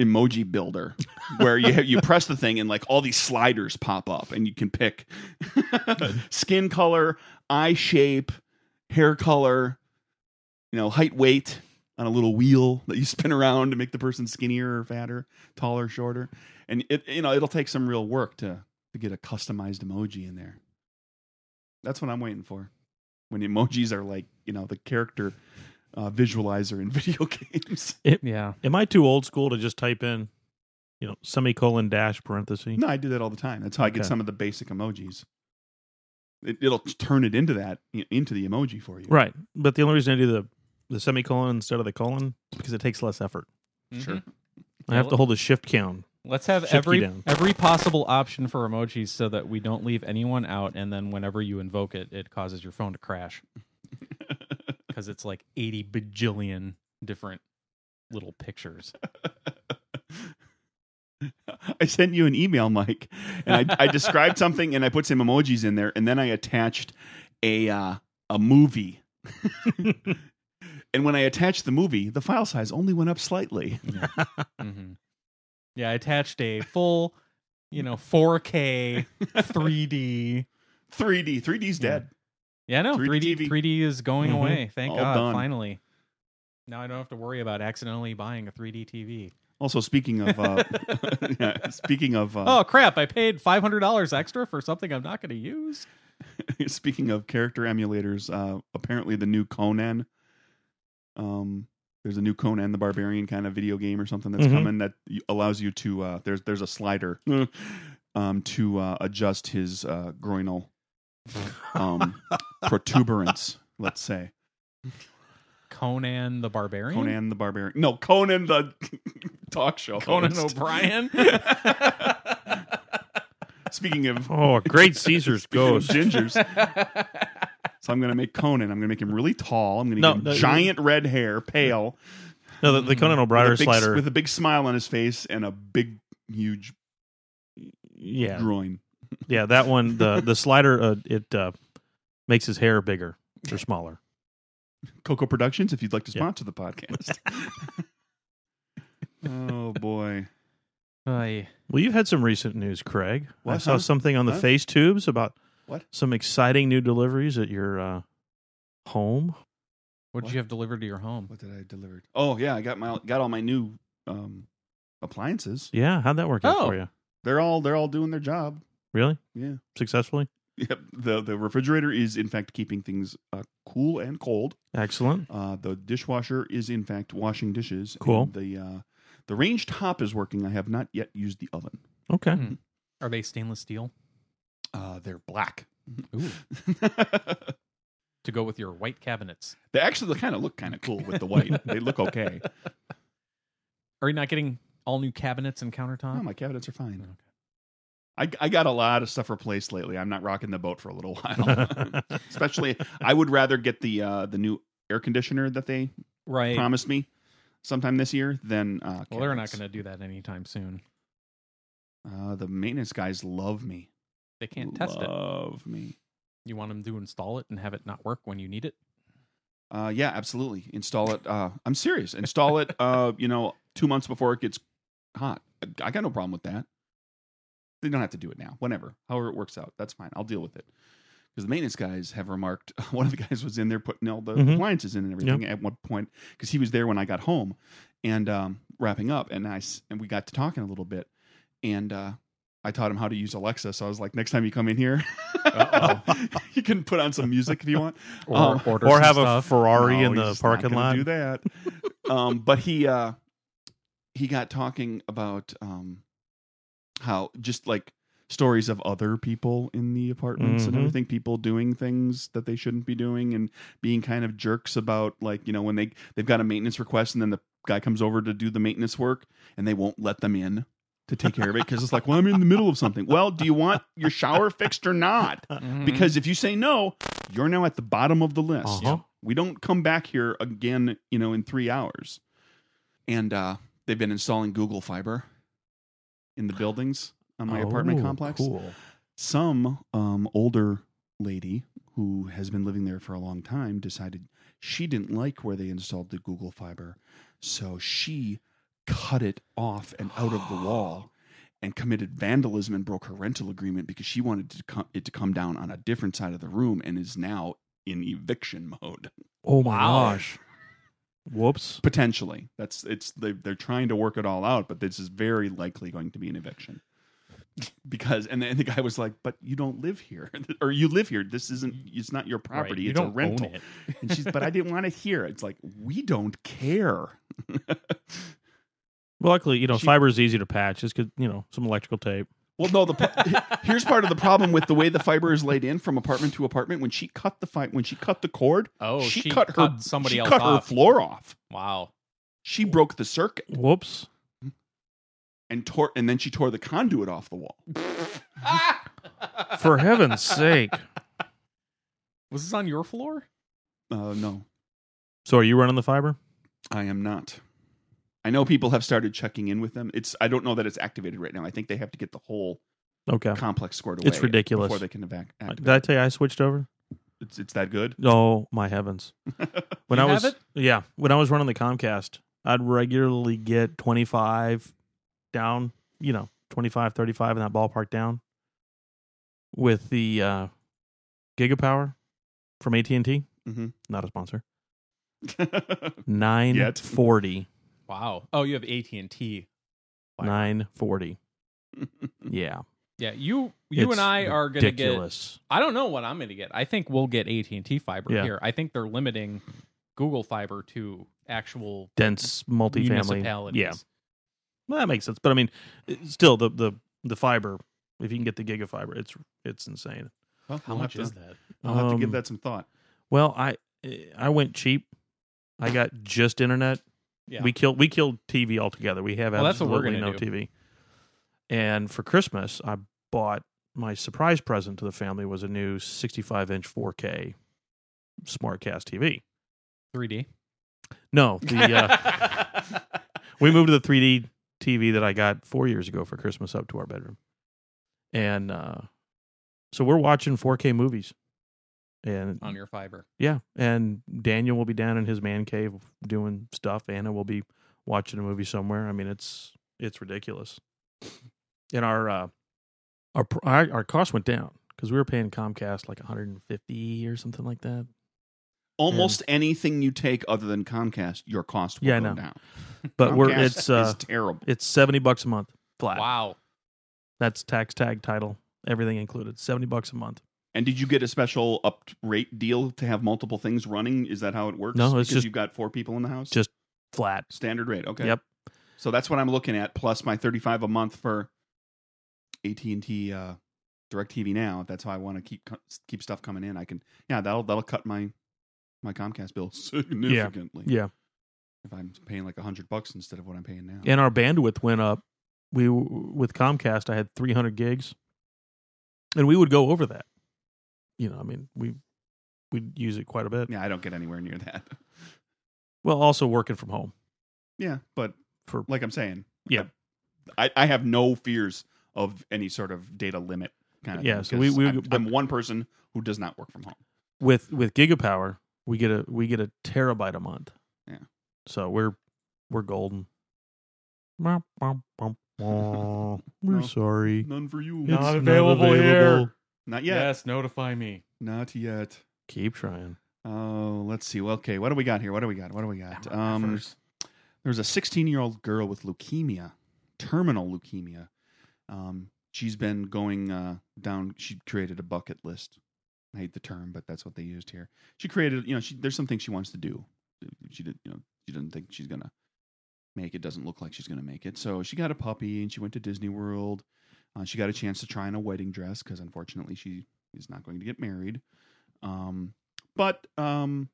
[SPEAKER 3] emoji builder, where you ha- you press the thing and like all these sliders pop up and you can pick skin color, eye shape, hair color, you know, height, weight on a little wheel that you spin around to make the person skinnier or fatter, taller, shorter. And it you know, it'll take some real work to to get a customized emoji in there. That's what I'm waiting for. When emojis are like, you know, the character uh, visualizer in video games.
[SPEAKER 2] Yeah.
[SPEAKER 1] Am I too old school to just type in, you know, semicolon dash parenthesis?
[SPEAKER 3] No, I do that all the time. That's how I get
[SPEAKER 1] Okay.
[SPEAKER 3] some of the basic emojis. It, it'll turn it into that i- into the emoji for you.
[SPEAKER 1] Right. But the only reason I do the the semicolon instead of the colon is because it takes less effort.
[SPEAKER 3] Sure.
[SPEAKER 2] Mhm.
[SPEAKER 1] I have to hold a shift count.
[SPEAKER 2] Let's have
[SPEAKER 1] Shift key
[SPEAKER 2] every
[SPEAKER 1] down.
[SPEAKER 2] every possible option for emojis so that we don't leave anyone out and then whenever you invoke it, it causes your phone to crash. Because it's like eighty bajillion different little pictures.
[SPEAKER 3] I sent you an email, Mike, and I, I described something and I put some emojis in there, and then I attached a uh, a movie. and when I attached the movie, the file size only went up slightly.
[SPEAKER 2] hmm Yeah, I attached a full, you know, 4K 3D.
[SPEAKER 3] 3D, 3D's
[SPEAKER 2] Yeah.
[SPEAKER 3] dead.
[SPEAKER 2] Yeah, no,
[SPEAKER 3] 3D
[SPEAKER 2] 3D 3D,
[SPEAKER 3] TV.
[SPEAKER 2] is going
[SPEAKER 1] Mhm.
[SPEAKER 2] away. Thank
[SPEAKER 3] Mm-hmm.
[SPEAKER 2] God,
[SPEAKER 3] All done.
[SPEAKER 2] finally. Now I don't have to worry about accidentally buying a 3D TV.
[SPEAKER 3] Also, speaking of uh, yeah, speaking of uh,
[SPEAKER 2] oh crap, I paid $500 extra for something I'm not going to use.
[SPEAKER 3] Speaking of character emulators, uh, apparently the new Conan, um, there's a new Conan the Barbarian kind of video game or something that's
[SPEAKER 1] Mhm.
[SPEAKER 3] coming that y- allows you to uh, there's there's a slider um, to uh, adjust his uh, groinal um, protuberance. Let's say
[SPEAKER 2] Conan the Barbarian.
[SPEAKER 3] Conan the Barbarian. No, Conan the talk show.
[SPEAKER 2] Conan
[SPEAKER 3] host.
[SPEAKER 2] O'Brien.
[SPEAKER 3] Speaking of
[SPEAKER 1] Oh, great Caesar's
[SPEAKER 3] speaking of
[SPEAKER 1] ghost.
[SPEAKER 3] gingers. So I'm gonna make Conan. I'm gonna make him really tall. I'm gonna
[SPEAKER 1] No,
[SPEAKER 3] give him
[SPEAKER 1] no,
[SPEAKER 3] giant red hair, pale,
[SPEAKER 1] No, the, the Conan
[SPEAKER 3] Mm. with
[SPEAKER 1] O'Brien
[SPEAKER 3] a big,
[SPEAKER 1] slider.
[SPEAKER 3] with a big smile on his face and a big, huge
[SPEAKER 1] yeah,
[SPEAKER 3] groin.
[SPEAKER 1] yeah, that one. The the slider uh, it uh, makes his hair bigger or smaller.
[SPEAKER 3] Coco Productions, if you'd like to
[SPEAKER 1] Yeah.
[SPEAKER 3] sponsor the podcast. oh boy,
[SPEAKER 2] Ay.
[SPEAKER 1] Well, you've had some recent news, Craig. I
[SPEAKER 3] What,
[SPEAKER 1] saw
[SPEAKER 3] huh?
[SPEAKER 1] something on the
[SPEAKER 3] Huh?
[SPEAKER 1] face tubes about
[SPEAKER 3] What?
[SPEAKER 1] some exciting new deliveries at your uh, home.
[SPEAKER 2] what did
[SPEAKER 3] What?
[SPEAKER 2] you have delivered to your home?
[SPEAKER 3] what did I deliver? Oh yeah, I got my got all my new um, appliances.
[SPEAKER 1] Yeah, how'd that work out
[SPEAKER 2] Oh.
[SPEAKER 1] for you?
[SPEAKER 3] They're all they're all doing their job.
[SPEAKER 1] Really
[SPEAKER 3] Yeah.
[SPEAKER 1] successfully?
[SPEAKER 3] Yep. The the refrigerator is in fact keeping things uh, cool and cold.
[SPEAKER 1] Excellent.
[SPEAKER 3] Uh, the dishwasher is in fact washing dishes.
[SPEAKER 1] Cool.
[SPEAKER 3] And the uh, the range top is working. I have not yet used the oven.
[SPEAKER 1] Okay.
[SPEAKER 2] Hmm. Are they stainless steel?
[SPEAKER 3] Uh, they're black.
[SPEAKER 2] Ooh.
[SPEAKER 3] they
[SPEAKER 2] To go with your white cabinets.
[SPEAKER 3] actually kind of look kind of cool with the white. they look okay.
[SPEAKER 2] Are you not getting all new cabinets and countertop?
[SPEAKER 3] Oh, my cabinets are fine.
[SPEAKER 2] Okay.
[SPEAKER 3] I, I got a lot of stuff replaced lately. I'm not rocking the boat for a little while. Especially, I would rather get the uh, the new air conditioner that they
[SPEAKER 2] Right.
[SPEAKER 3] promised me sometime this year than. Uh,
[SPEAKER 2] Well, they're not
[SPEAKER 3] cabinets.
[SPEAKER 2] going to do that anytime soon.
[SPEAKER 3] Uh, the maintenance guys love me.
[SPEAKER 2] They can't test
[SPEAKER 3] uh,
[SPEAKER 2] it.
[SPEAKER 3] Love me.
[SPEAKER 2] You want them to install it and have it not work when you need it?
[SPEAKER 3] Uh, yeah, absolutely. Install it. Uh, I'm serious. Install it. Uh, you know, two months before it gets hot. I- I got no problem with that. They don't have to do it now. Whenever, however it works out, that's fine. I'll deal with it. Because the maintenance guys have remarked, one of the guys was in there putting all the
[SPEAKER 1] Mhm.
[SPEAKER 3] appliances in and everything at one point because he was there when I got home and um, wrapping up, and I s- and we got to talking a little bit, and uh, I taught him how to use Alexa. So I was like, next time you come in here, you can put on some music if you want
[SPEAKER 2] Or
[SPEAKER 3] Um,
[SPEAKER 2] order
[SPEAKER 1] Or
[SPEAKER 2] some
[SPEAKER 1] have
[SPEAKER 2] stuff?
[SPEAKER 1] a Ferrari
[SPEAKER 3] No,
[SPEAKER 1] in
[SPEAKER 3] he's
[SPEAKER 1] the
[SPEAKER 3] just not
[SPEAKER 1] parking
[SPEAKER 3] gonna
[SPEAKER 1] lot.
[SPEAKER 3] Do that. um, but he uh, he got talking about um, how just like stories of other people in the apartments and
[SPEAKER 1] Mhm.
[SPEAKER 3] everything, people doing things that they shouldn't be doing and being kind of jerks about like you know when they they've got a maintenance request and then the guy comes over to do the maintenance work and they won't let them in to take care of it because it's like well I'm in the middle of something. Well, do you want your shower fixed or not?
[SPEAKER 1] Mm-hmm.
[SPEAKER 2] Mhm.
[SPEAKER 3] Because if you say no, you're now at the bottom of the list.
[SPEAKER 1] Uh-huh.
[SPEAKER 3] We don't come back here again, you know, in three hours. And uh, they've been installing Google Fiber in the buildings on my apartment
[SPEAKER 1] Oh,
[SPEAKER 3] complex.
[SPEAKER 1] Cool.
[SPEAKER 3] Some um, older lady who has been living there for a long time decided she didn't like where they installed the Google Fiber. So she cut it off and out of the wall and committed vandalism and broke her rental agreement because she wanted to come, it to come down on a different side of the room and is now in eviction mode
[SPEAKER 1] Oh my
[SPEAKER 2] Wow.
[SPEAKER 1] gosh. Whoops.
[SPEAKER 3] potentially that's it's they, they're trying to work it all out but this is very likely going to be an eviction because and then the guy was like but you don't live here or you live here this isn't it's not your
[SPEAKER 2] Right,
[SPEAKER 3] property
[SPEAKER 2] you
[SPEAKER 3] it's a
[SPEAKER 2] don't own
[SPEAKER 3] rental
[SPEAKER 2] it.
[SPEAKER 3] and she's but i didn't want it here it's like we don't care
[SPEAKER 1] Well, luckily, you know,
[SPEAKER 3] She-
[SPEAKER 1] fiber's easy to patch. Just get, you know, some electrical tape.
[SPEAKER 3] well no the pro- here's part of the problem with the way the fiber is laid in from apartment to apartment when she cut the fight when she cut the cord
[SPEAKER 2] Oh,
[SPEAKER 3] she,
[SPEAKER 2] she,
[SPEAKER 3] cut her
[SPEAKER 2] somebody
[SPEAKER 3] she
[SPEAKER 2] else
[SPEAKER 3] cut
[SPEAKER 2] off.
[SPEAKER 3] her floor off
[SPEAKER 2] Wow.
[SPEAKER 3] she broke the circuit
[SPEAKER 1] Whoops.
[SPEAKER 3] and tore and then she tore the conduit off the wall
[SPEAKER 1] For heaven's sake.
[SPEAKER 2] Was this on your floor?
[SPEAKER 3] uh no
[SPEAKER 1] So, are you running the fiber?
[SPEAKER 3] I am not. I know people have started checking in with them. It's I don't know that it's activated right now. I think they have to get the whole
[SPEAKER 1] Okay.
[SPEAKER 3] complex squared away.
[SPEAKER 1] It's ridiculous.
[SPEAKER 3] Before they can evac- activate.
[SPEAKER 1] Did I tell you I switched over?
[SPEAKER 3] it's it's that good.
[SPEAKER 1] Oh my heavens! When
[SPEAKER 2] You
[SPEAKER 1] I
[SPEAKER 2] have
[SPEAKER 1] was
[SPEAKER 2] it?
[SPEAKER 1] yeah, when I was running the Comcast, I'd regularly get 25 down, you know, 25, 35 in that ballpark down with the uh, Gigapower from AT and T.
[SPEAKER 2] Mm-hmm.
[SPEAKER 3] Mhm.
[SPEAKER 1] Not a sponsor. Nine forty.
[SPEAKER 2] Wow. Oh, you have AT and T.
[SPEAKER 1] Nine forty. Yeah,
[SPEAKER 2] Yeah, you you
[SPEAKER 1] It's
[SPEAKER 2] and I are going to Mm-hmm. get.
[SPEAKER 1] ridiculous.
[SPEAKER 2] I don't know what I'm going to get. I think we'll get AT and T fiber
[SPEAKER 1] Yeah.
[SPEAKER 2] here. I think they're limiting Google fiber to actual
[SPEAKER 1] dense multifamily.
[SPEAKER 2] municipalities.
[SPEAKER 1] Yeah, well, that makes sense. But I mean, it- still the the the fiber. If you can get the gigafiber, it's it's insane.
[SPEAKER 3] Well,
[SPEAKER 2] How
[SPEAKER 3] I'll
[SPEAKER 2] much
[SPEAKER 3] have
[SPEAKER 2] is
[SPEAKER 3] to,
[SPEAKER 2] that?
[SPEAKER 3] I'll have to give
[SPEAKER 1] Um,
[SPEAKER 3] that some thought.
[SPEAKER 1] Well, I eh, I went cheap. I got just internet.
[SPEAKER 2] Yeah.
[SPEAKER 1] We killed we killed TV altogether. We have
[SPEAKER 2] Well, that's what we're
[SPEAKER 1] absolutely
[SPEAKER 2] gonna
[SPEAKER 1] no
[SPEAKER 2] do.
[SPEAKER 1] TV. And for Christmas, I bought my surprise present to the family was a new 65 inch 4K SmartCast TV.
[SPEAKER 2] 3D.
[SPEAKER 1] No, the uh, we moved the 3D TV that I got four years ago for Christmas up to our bedroom, and uh, so we're watching 4K movies. And
[SPEAKER 2] on your fiber.
[SPEAKER 1] Yeah, and Daniel will be down in his man cave doing stuff. Anna will be watching a movie somewhere. I mean, it's it's ridiculous. And our uh, our pr- our, our cost went down because we were paying Comcast like 150 or something like that.
[SPEAKER 3] Almost anything you take other than Comcast, your cost will
[SPEAKER 1] Yeah, I
[SPEAKER 3] go
[SPEAKER 1] know.
[SPEAKER 3] down.
[SPEAKER 1] But we're
[SPEAKER 3] Comcast
[SPEAKER 1] it's uh
[SPEAKER 3] is terrible.
[SPEAKER 1] it's 70 bucks a month flat.
[SPEAKER 2] Wow.
[SPEAKER 1] That's tax tag title, everything included. 70 bucks a month.
[SPEAKER 3] And did you get a special up rate deal to have multiple things running? Is that how it works?
[SPEAKER 1] No, it's
[SPEAKER 3] because
[SPEAKER 1] just-
[SPEAKER 3] you've got four people in the house.
[SPEAKER 1] just- Flat.
[SPEAKER 3] Standard rate. Okay.
[SPEAKER 1] Yep.
[SPEAKER 3] So that's what I'm looking at. Plus my 35 a month for AT and T uh, Directv Now. If that's how I want to keep co- keep stuff coming in, I can. Yeah, that'll that'll cut my my Comcast bill significantly.
[SPEAKER 1] Yeah.
[SPEAKER 3] If I'm paying like a hundred bucks instead of what I'm paying now.
[SPEAKER 1] and our bandwidth went up. We with Comcast, I had 300 gigs, and we would go over that. You know, I mean, we we'd use it quite a bit.
[SPEAKER 3] Yeah, I don't get anywhere near that.
[SPEAKER 1] Well, also working from home
[SPEAKER 3] Yeah, but
[SPEAKER 1] for
[SPEAKER 3] like I'm saying,
[SPEAKER 1] Yeah.
[SPEAKER 3] I I have no fears of any sort of data limit kind of
[SPEAKER 1] Yeah, so
[SPEAKER 3] thing,
[SPEAKER 1] we-
[SPEAKER 3] 'cause
[SPEAKER 1] we-
[SPEAKER 3] I'm,
[SPEAKER 1] but-
[SPEAKER 3] I'm one person who does not work from home
[SPEAKER 1] with with gigapower we get a we get a terabyte a month
[SPEAKER 3] Yeah.
[SPEAKER 1] so we're we're golden Womp, womp, womp, womp. we're
[SPEAKER 3] No.
[SPEAKER 1] sorry
[SPEAKER 3] none for you
[SPEAKER 1] It's
[SPEAKER 2] available here.
[SPEAKER 3] not yet
[SPEAKER 2] Yes, notify me.
[SPEAKER 3] not yet
[SPEAKER 1] keep trying
[SPEAKER 3] oh let's see well, okay what do we got here what do we got what do we got um
[SPEAKER 2] First.
[SPEAKER 3] there's a 16 year old girl with leukemia terminal leukemia um she's been going uh down she created a bucket list i hate the term but that's what they used here she created you know she there's some things she wants to do she did you know she doesn't think she's gonna make it doesn't look like she's gonna make it so she got a puppy and she went to disney world uh, she got a chance to try on a wedding dress because unfortunately she is not going to get married um but um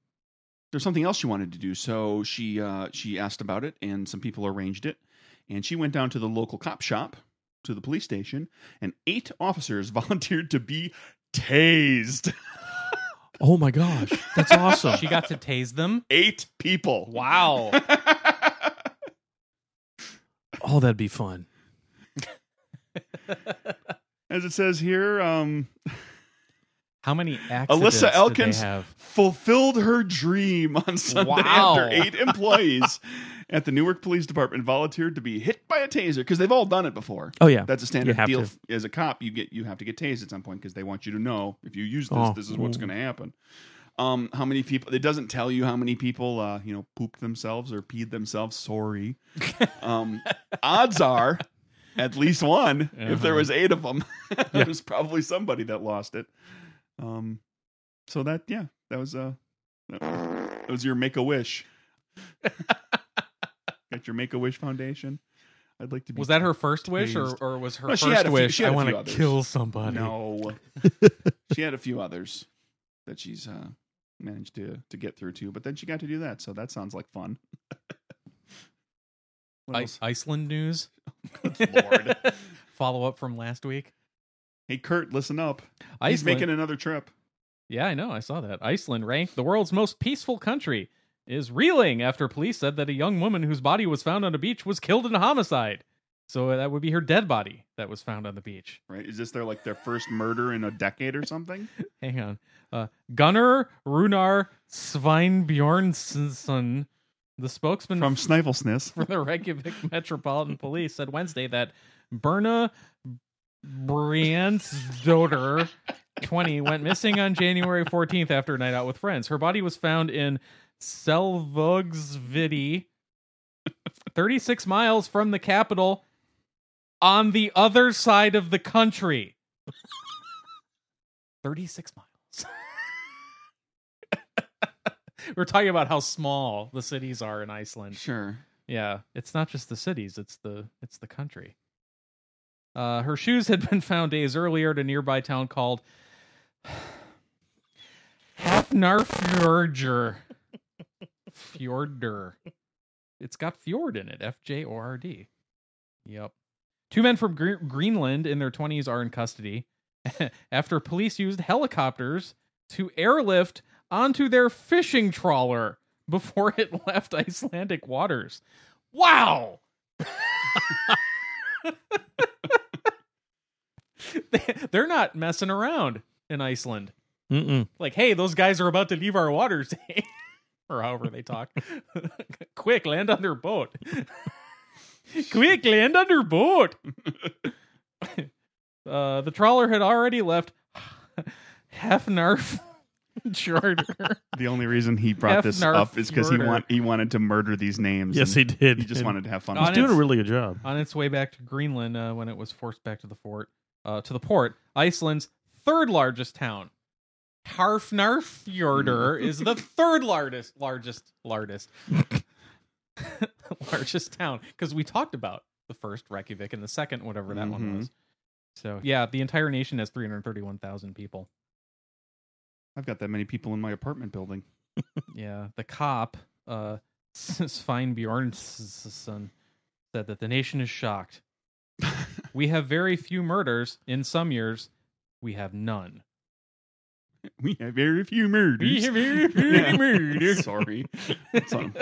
[SPEAKER 3] there's something else she wanted to do so she uh she asked about it and some people arranged it and she went down to the local cop shop to the police station and eight officers volunteered to be tased
[SPEAKER 1] oh my gosh that's awesome
[SPEAKER 2] She got to tase them.
[SPEAKER 3] eight people
[SPEAKER 2] Wow.
[SPEAKER 1] oh that'd be fun
[SPEAKER 3] As it says here, um,
[SPEAKER 2] How many accidents
[SPEAKER 3] Alyssa Elkins
[SPEAKER 2] did they have?
[SPEAKER 3] fulfilled her dream on Sunday
[SPEAKER 2] Wow.
[SPEAKER 3] after eight employees at the Newark Police Department volunteered to be hit by a taser because they've all done it before.
[SPEAKER 1] oh yeah
[SPEAKER 3] That's a standard
[SPEAKER 1] have
[SPEAKER 3] deal.
[SPEAKER 1] to.
[SPEAKER 3] As a cop, you get you have to get tased at some point because they want you to know if you use this,
[SPEAKER 1] Oh.
[SPEAKER 3] this is what's going to happen. Um, how many people? It doesn't tell you how many people uh, you know pooped themselves or peed themselves. Sorry. Um, odds are, at least one. If there
[SPEAKER 2] Uh-huh.
[SPEAKER 3] was eight of them,
[SPEAKER 1] Yeah.
[SPEAKER 3] there was probably somebody that lost it. Um, so that yeah, that was uh, that that was your make a wish. Got your Make a Wish Foundation. I'd like to be.
[SPEAKER 2] Was that her first wish, or,
[SPEAKER 3] Tased.
[SPEAKER 2] or was her
[SPEAKER 3] No,
[SPEAKER 2] first
[SPEAKER 3] she had a few-
[SPEAKER 2] wish?
[SPEAKER 3] she had
[SPEAKER 2] I
[SPEAKER 3] a
[SPEAKER 2] want
[SPEAKER 3] few
[SPEAKER 2] to
[SPEAKER 3] others.
[SPEAKER 2] kill somebody.
[SPEAKER 3] No. she had a few others that she's uh, managed to to get through to, but then she got to do that, so that sounds like fun. What
[SPEAKER 2] I-
[SPEAKER 3] else?
[SPEAKER 2] Iceland news.
[SPEAKER 3] Good Lord.
[SPEAKER 2] Follow up from last week.
[SPEAKER 3] Hey, Kurt, listen up.
[SPEAKER 2] Iceland,
[SPEAKER 3] He's making another trip.
[SPEAKER 2] Yeah, I know. I saw that. Iceland, ranked the world's most peaceful country, is reeling after police said that a young woman whose body was found on a beach was killed in a homicide. So uh, that would be her dead body that was found on the beach.
[SPEAKER 3] Right? Is this their like their first murder in a decade or something?
[SPEAKER 2] Hang on. Uh, Gunnar Runar Sveinbjornsson, the spokesman
[SPEAKER 3] From Snivelsness.
[SPEAKER 2] for the Reykjavik Metropolitan Police said Wednesday that Berna Brandsdotter, 20, went missing on January 14th after a night out with friends. Her body was found in Selvogsvidi, 36 miles from the capital, on the other side of the country. 36 miles. We're talking about how small the cities are in Iceland.
[SPEAKER 3] Sure.
[SPEAKER 2] Yeah, it's not just the cities; it's the it's the country. Uh, her shoes had been found days earlier at a nearby town called Hafnarfjordr. Fjordur. It's got fjord in it. F J O R D. Yep. Two men from Gre- Greenland in their 20s are in custody after police used helicopters to airlift onto their fishing trawler before it left Icelandic waters. Wow! They- They're not messing around in Iceland.
[SPEAKER 1] Mm-mm.
[SPEAKER 2] Like, hey, those guys are about to leave our waters, eh? or however they talk. Quick, land on their boat. Quick, land on their boat. uh, the trawler had already left Hefnarf Charter.
[SPEAKER 3] The only reason he brought this
[SPEAKER 2] Hefner
[SPEAKER 3] up is because he
[SPEAKER 2] murder.
[SPEAKER 3] want he wanted to murder these names.
[SPEAKER 1] yes
[SPEAKER 3] and
[SPEAKER 1] he did
[SPEAKER 3] he just
[SPEAKER 1] And
[SPEAKER 3] wanted to have fun.
[SPEAKER 2] On
[SPEAKER 1] he's
[SPEAKER 2] it.
[SPEAKER 1] doing a really good job
[SPEAKER 2] on its way back to Greenland uh, when it was forced back to the fort uh, to the port. Iceland's third largest town, Harfnarfjordur, is the third largest largest largest largest town because we talked about the first Reykjavik and the second whatever that one
[SPEAKER 3] Mhm.
[SPEAKER 2] was. So yeah, the entire nation has 331,000 people.
[SPEAKER 3] I've got that many people in my apartment building.
[SPEAKER 2] Yeah, the cop, uh, Svein Bjornsson, said that the nation is shocked. we have very few murders. In some years, we have none.
[SPEAKER 3] We have very few murders.
[SPEAKER 2] very few
[SPEAKER 3] Sorry. It's on-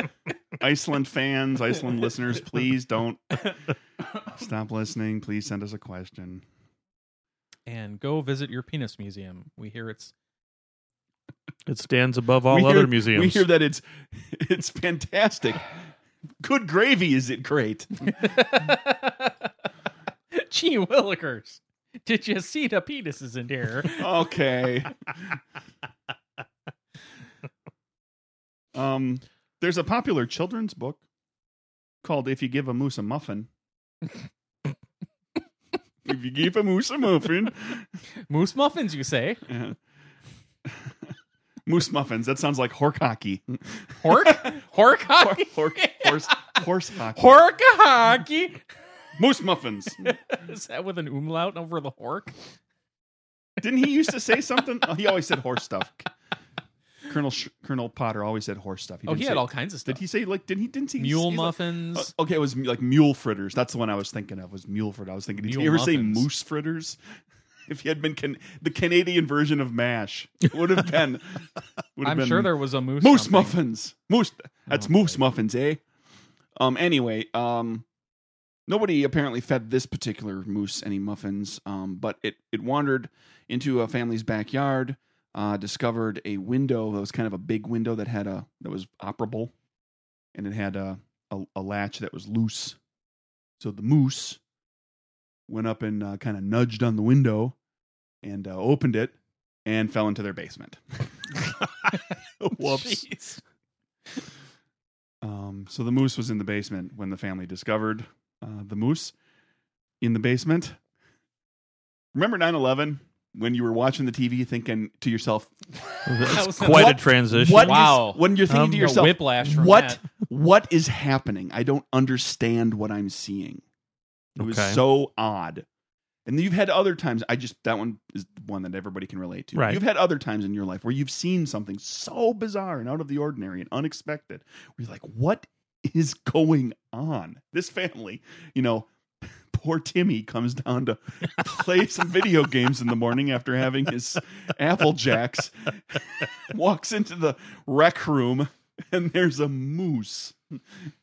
[SPEAKER 3] Iceland fans, Iceland listeners, please don't stop listening. Please send us a question.
[SPEAKER 2] and go visit your penis museum. We hear it's
[SPEAKER 1] It stands above all
[SPEAKER 3] We
[SPEAKER 1] other
[SPEAKER 3] hear-
[SPEAKER 1] museums.
[SPEAKER 3] We hear that it's it's fantastic. Good gravy, is it great?
[SPEAKER 2] Gee Willikers. Did you see the penises in here?
[SPEAKER 3] Okay. um, there's a popular children's book called "If You Give a Moose a Muffin." if you give a moose a muffin,
[SPEAKER 2] Moose muffins, you say?
[SPEAKER 3] Yeah. moose muffins. That sounds like hork hockey.
[SPEAKER 2] Hork? Hork hockey?
[SPEAKER 3] Hork, horse, horse hockey.
[SPEAKER 2] Hork hockey?
[SPEAKER 3] moose muffins.
[SPEAKER 2] Is that with an umlaut over the hork?
[SPEAKER 3] Didn't he used to say something? Oh, he always said horse stuff. Colonel Sh- Colonel Potter always said horse stuff.
[SPEAKER 2] Oh,
[SPEAKER 3] didn't
[SPEAKER 2] he
[SPEAKER 3] say-
[SPEAKER 2] had all kinds of stuff.
[SPEAKER 3] Did he say like? Didn't he? Didn't he?
[SPEAKER 2] Mule
[SPEAKER 3] he's like-
[SPEAKER 2] muffins.
[SPEAKER 3] Uh, okay, it was like mule fritters. That's the one I was thinking of. Was mule fritters? I was thinking. Did
[SPEAKER 2] Mule
[SPEAKER 3] you ever say
[SPEAKER 2] muffins.
[SPEAKER 3] moose fritters? If you had been can- the Canadian version of mash, it would have been. Would have
[SPEAKER 2] I'm
[SPEAKER 3] been
[SPEAKER 2] sure there was a moose.
[SPEAKER 3] moose
[SPEAKER 2] something.
[SPEAKER 3] muffins. Moose. That's
[SPEAKER 2] Oh,
[SPEAKER 3] moose
[SPEAKER 2] boy.
[SPEAKER 3] muffins, eh? Um. Anyway, um, nobody apparently fed this particular moose any muffins. Um, but it it wandered into a family's backyard. Uh, discovered a window that was kind of a big window that had a that was operable, and it had uh, a a, a latch that was loose. So the moose went up and uh, kind of nudged on the window, and uh, opened it, and fell into their basement. Whoops.
[SPEAKER 2] Jeez.
[SPEAKER 3] Um, so the moose was in the basement when the family discovered uh, the moose in the basement. Remember 9 11 when you were watching the TV thinking to yourself,
[SPEAKER 2] That
[SPEAKER 1] That's
[SPEAKER 2] was-
[SPEAKER 1] quite
[SPEAKER 3] What-
[SPEAKER 1] a transition.
[SPEAKER 3] what is-
[SPEAKER 2] Wow.
[SPEAKER 3] when you're thinking
[SPEAKER 1] Um,
[SPEAKER 3] to
[SPEAKER 1] the
[SPEAKER 3] yourself,
[SPEAKER 2] whiplash from
[SPEAKER 3] what,
[SPEAKER 2] that.
[SPEAKER 3] what is happening? I don't understand what I'm seeing. It was
[SPEAKER 1] Okay.
[SPEAKER 3] so odd. And you've had other times, I just, that one is one that everybody can relate to.
[SPEAKER 1] Right.
[SPEAKER 3] You've had other times in your life where you've seen something so bizarre and out of the ordinary and unexpected where you're like, what is going on? This family, you know, poor Timmy comes down to play some video games in the morning after having his Apple Jacks, walks into the rec room, and there's a moose.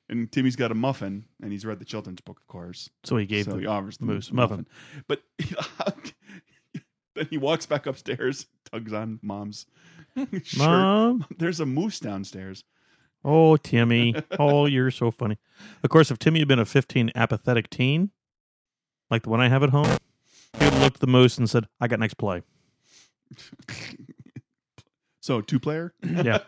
[SPEAKER 3] And Timmy's got a muffin, and he's read the children's book, of course.
[SPEAKER 1] So he gave
[SPEAKER 3] so he
[SPEAKER 1] the
[SPEAKER 3] offers the
[SPEAKER 1] moose
[SPEAKER 3] moose
[SPEAKER 1] a
[SPEAKER 3] muffin. But then he walks back upstairs, tugs on mom's shirt.
[SPEAKER 1] mom.
[SPEAKER 3] There's a moose downstairs.
[SPEAKER 1] Oh, Timmy. Oh, you're so funny. Of course, if Timmy had been a 15 apathetic teen, like the one I have at home, he would have looked at the moose and said, I got next play.
[SPEAKER 3] So two player.
[SPEAKER 1] Yeah.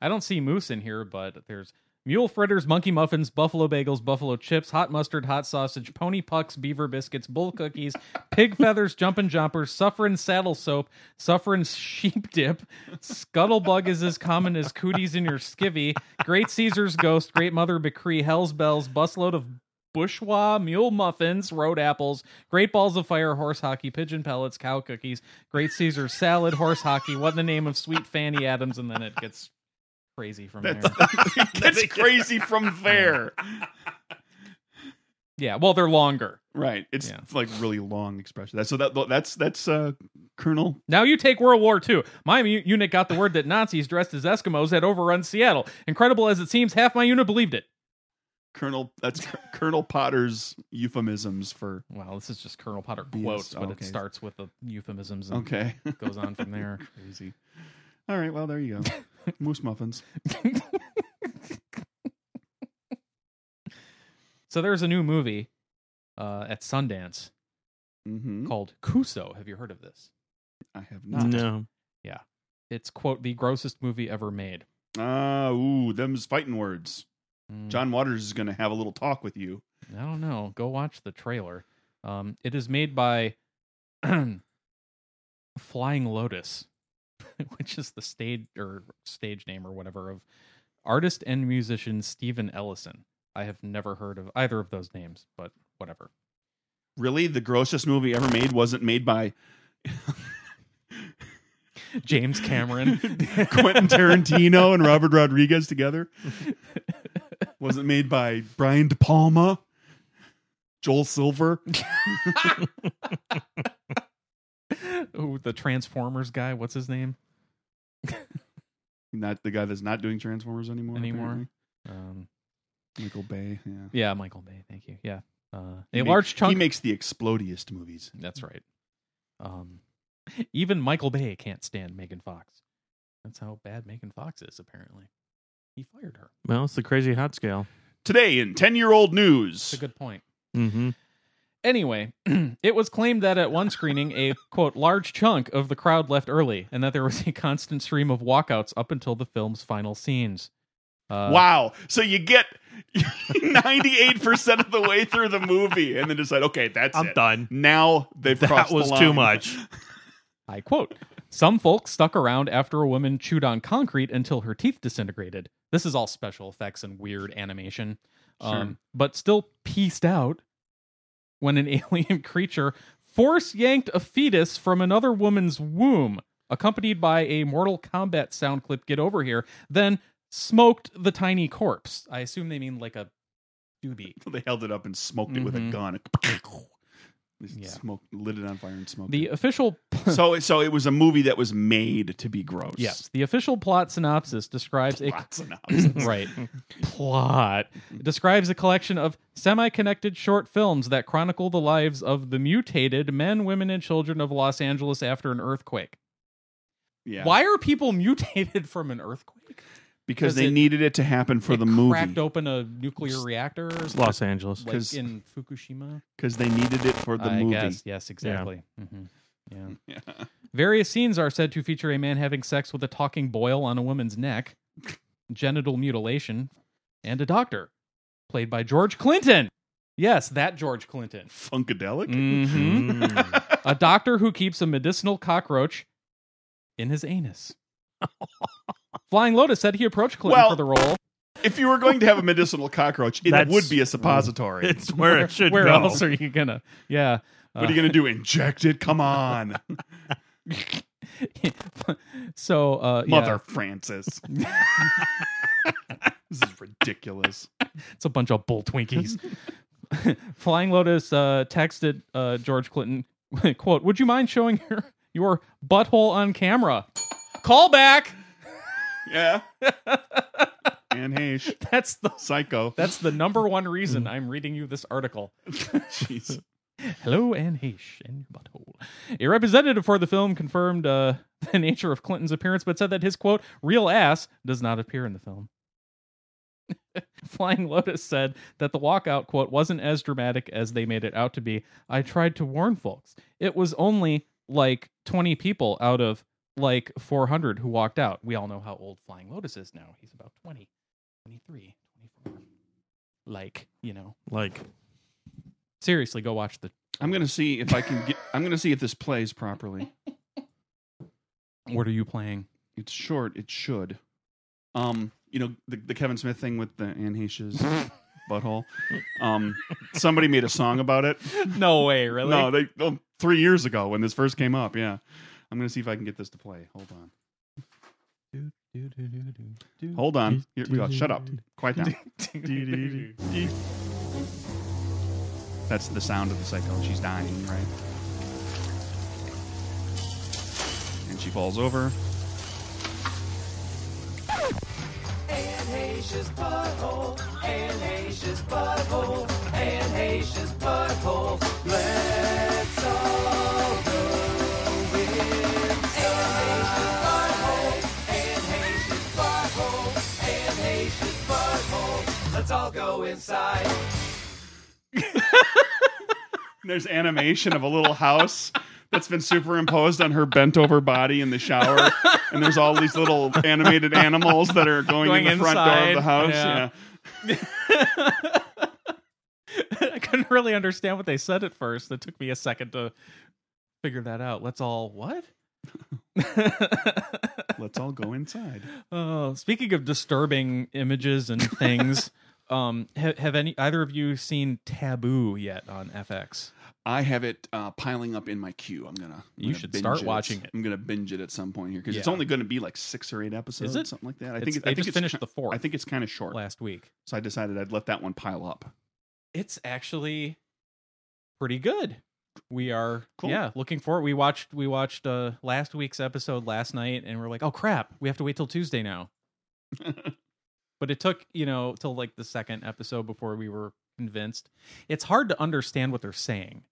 [SPEAKER 2] I don't see moose in here, but there's mule fritters, monkey muffins, buffalo bagels, buffalo chips, hot mustard, hot sausage, pony pucks, beaver biscuits, bull cookies, pig feathers, jumpin' jumpers, suffering saddle soap, suffering sheep dip, scuttlebug is as common as cooties in your skivvy, great Caesar's ghost, great mother becree, hell's bells, busload of bourgeois mule muffins, road apples, great balls of fire, horse hockey, pigeon pellets, cow cookies, great Caesar salad, horse hockey, what in the name of sweet Fanny Adams, and then it gets crazy from there.
[SPEAKER 3] it gets crazy from there.
[SPEAKER 2] yeah, well, they're longer.
[SPEAKER 3] Right. It's
[SPEAKER 2] Yeah.
[SPEAKER 3] like really long expression. That, so that that's that's uh Colonel
[SPEAKER 2] Now you take World War II. My mu- unit got the word that Nazis dressed as Eskimos had overrun Seattle. Incredible as it seems, half my unit believed it.
[SPEAKER 3] Colonel that's Colonel Potter's euphemisms for
[SPEAKER 2] Wow, this is just Colonel Potter
[SPEAKER 3] Yes,
[SPEAKER 2] quotes, but
[SPEAKER 3] okay.
[SPEAKER 2] it starts with the euphemisms and
[SPEAKER 3] Okay.
[SPEAKER 2] goes on from there.
[SPEAKER 3] Crazy. All right, well there you go. Moose muffins.
[SPEAKER 2] So there's a new movie uh, at Sundance
[SPEAKER 3] Mhm.
[SPEAKER 2] called Cuso. Have you heard of this?
[SPEAKER 3] I have not.
[SPEAKER 1] no.
[SPEAKER 2] It's quote the grossest movie ever made.
[SPEAKER 3] Ah, ooh, them's fighting words.
[SPEAKER 2] Mm,
[SPEAKER 3] John Waters is going to have a little talk with you.
[SPEAKER 2] I don't know. Go watch the trailer. Um, it is made by Flying Lotus, which is the stage or stage name or whatever of artist and musician Stephen Ellison. I have never heard of either of those names, but whatever.
[SPEAKER 3] Really, the grossest movie ever made wasn't made by
[SPEAKER 2] James Cameron,
[SPEAKER 3] Quentin Tarantino and Robert Rodriguez together. Wasn't made by Brian De Palma, Joel Silver.
[SPEAKER 2] Ooh, the Transformers guy. What's his name?
[SPEAKER 3] Not the guy that's not doing Transformers anymore.
[SPEAKER 2] Anymore.
[SPEAKER 3] apparently.
[SPEAKER 2] Um,
[SPEAKER 3] Michael Bay. Yeah.
[SPEAKER 2] yeah, Michael Bay. Thank you. Yeah, uh,
[SPEAKER 3] He
[SPEAKER 2] a
[SPEAKER 3] ma-
[SPEAKER 2] large chunk.
[SPEAKER 3] He makes the explodiest movies.
[SPEAKER 2] That's right. Mm. Um, even Michael Bay can't stand Megan Fox. That's how bad Megan Fox is. Apparently, he fired her.
[SPEAKER 1] Well, it's the crazy hot scale.
[SPEAKER 3] Today in 10 year old news.
[SPEAKER 2] It's a good point.
[SPEAKER 1] Mm-hmm.
[SPEAKER 2] Anyway, it was claimed that at one screening, a quote, large chunk of the crowd left early and that there was a constant stream of walkouts up until the film's final scenes. Uh,
[SPEAKER 3] wow. So you get 98% of the way through the movie and then decide, okay, that's
[SPEAKER 1] I'm
[SPEAKER 3] it.
[SPEAKER 1] done.
[SPEAKER 3] Now they've
[SPEAKER 1] That
[SPEAKER 3] crossed the
[SPEAKER 1] was too
[SPEAKER 3] line.
[SPEAKER 1] much.
[SPEAKER 2] I quote Some folks stuck around after a woman chewed on concrete until her teeth disintegrated. This is all special effects and weird animation,
[SPEAKER 3] Sure.
[SPEAKER 2] um, but still pieced out when an alien creature force yanked a fetus from another woman's womb, accompanied by a Mortal Kombat sound clip, Get Over Here, then smoked the tiny corpse. I assume they mean like a doobie.
[SPEAKER 3] They held it up and smoked it with a
[SPEAKER 2] Mhm.
[SPEAKER 3] gun. They
[SPEAKER 2] Yeah.
[SPEAKER 3] Smoked, lit it on fire and smoked
[SPEAKER 2] The official
[SPEAKER 3] it. So, so it was a movie that was made to be gross.
[SPEAKER 2] yes, the official plot synopsis describes a
[SPEAKER 3] Lots and options.
[SPEAKER 2] right plot describes a collection of semi-connected short films that chronicle the lives of the mutated men women and children of los angeles after an earthquake
[SPEAKER 3] Yeah.
[SPEAKER 2] why are people mutated from an earthquake Because
[SPEAKER 3] Because they
[SPEAKER 2] it-
[SPEAKER 3] needed it to happen for
[SPEAKER 2] It
[SPEAKER 3] the movie.
[SPEAKER 2] cracked open a nuclear reactor or something
[SPEAKER 1] Los Angeles.
[SPEAKER 2] like
[SPEAKER 3] 'cause-
[SPEAKER 2] in fukushima
[SPEAKER 3] Because they needed it for the
[SPEAKER 2] i
[SPEAKER 3] movie.
[SPEAKER 2] guess yes exactly Mhm. yeah
[SPEAKER 3] Yeah.
[SPEAKER 2] various scenes are said to feature a man having sex with a talking boil on a woman's neck genital mutilation and a doctor played by george clinton yes that george clinton
[SPEAKER 3] Funkadelic?
[SPEAKER 2] Mhm.
[SPEAKER 1] Mm.
[SPEAKER 2] a doctor who keeps a medicinal cockroach in his anus. Flying Lotus said he approached Clinton
[SPEAKER 3] Well,
[SPEAKER 2] for the role.
[SPEAKER 3] If you were going to have a medicinal cockroach, it
[SPEAKER 1] That's-
[SPEAKER 3] would be a suppository.
[SPEAKER 1] it's where it should
[SPEAKER 2] Where
[SPEAKER 1] go.
[SPEAKER 2] else are you gonna? Yeah.
[SPEAKER 3] what are you going to do? Inject it? Come on,
[SPEAKER 2] so, uh, yeah,
[SPEAKER 3] Mother Francis. this is ridiculous.
[SPEAKER 2] it's a bunch of bull Twinkies. Flying Lotus uh, texted uh, George Clinton, "quote Would you mind showing her your butthole on camera? Call back.
[SPEAKER 3] Yeah. Anne Heche,
[SPEAKER 2] That's the
[SPEAKER 3] psycho.
[SPEAKER 2] that's the number one reason I'm reading you this article."
[SPEAKER 3] Jeez.
[SPEAKER 2] Hello, Anne Heche, and your butthole. A representative for the film confirmed uh, the nature of Clinton's appearance, but said that his quote, real ass, does not appear in the film. Flying Lotus said that the walkout quote wasn't as dramatic as they made it out to be. I tried to warn folks. It was only like 20 people out of like 400 who walked out. We all know how old Flying Lotus is now. He's about 20, 23, 24. Like, you know,
[SPEAKER 1] Like,
[SPEAKER 2] seriously, go watch the
[SPEAKER 3] I'm going to see if I can get. I'm going to see if this plays properly.
[SPEAKER 2] What are you playing?
[SPEAKER 3] It's short. It should. Um, you know the, the Kevin Smith thing with the Anne Heche's butthole. Um, somebody made a song about it.
[SPEAKER 2] No way, really?
[SPEAKER 3] No, they oh, three years ago when this first came up. Yeah, I'm gonna see if I can get this to play. Hold on, hold on. Here we go. Shut up. Quiet down. That's the sound of the cycle. She's dying, right? And she falls over. There's animation of a little house that's been superimposed on her bent over body in the shower, and there's all these little animated animals that are going,
[SPEAKER 2] Going
[SPEAKER 3] in the front door of
[SPEAKER 2] inside,
[SPEAKER 3] the house.
[SPEAKER 2] yeah.
[SPEAKER 3] yeah.
[SPEAKER 2] I couldn't really understand what they said at first. It took me a second to figure that out. Let's all what?
[SPEAKER 3] Let's all go inside.
[SPEAKER 2] oh, speaking of disturbing images and things, um, have, have any either of you seen Taboo yet on FX?
[SPEAKER 3] I have it uh, piling up in my queue. I'm gonna. I'm
[SPEAKER 2] You
[SPEAKER 3] gonna
[SPEAKER 2] should
[SPEAKER 3] binge
[SPEAKER 2] start watching it.
[SPEAKER 3] I'm gonna binge it at some point here because it's
[SPEAKER 2] Yeah.
[SPEAKER 3] only going to be like six or eight episodes,
[SPEAKER 2] Is it?
[SPEAKER 3] something like that. I
[SPEAKER 2] It's-
[SPEAKER 3] think. it-
[SPEAKER 2] they
[SPEAKER 3] I think
[SPEAKER 2] just
[SPEAKER 3] it's
[SPEAKER 2] finished
[SPEAKER 3] ki-
[SPEAKER 2] the fourth
[SPEAKER 3] I think it's kind of short,
[SPEAKER 2] last week.
[SPEAKER 3] so I decided I'd let that one pile up.
[SPEAKER 2] It's actually pretty good. We are
[SPEAKER 3] Cool.
[SPEAKER 2] yeah looking forward. We watched we watched uh, last week's episode last night, and we're like, oh crap, we have to wait till Tuesday now. But it took, you know, till like the second episode before we were convinced. It's hard to understand what they're saying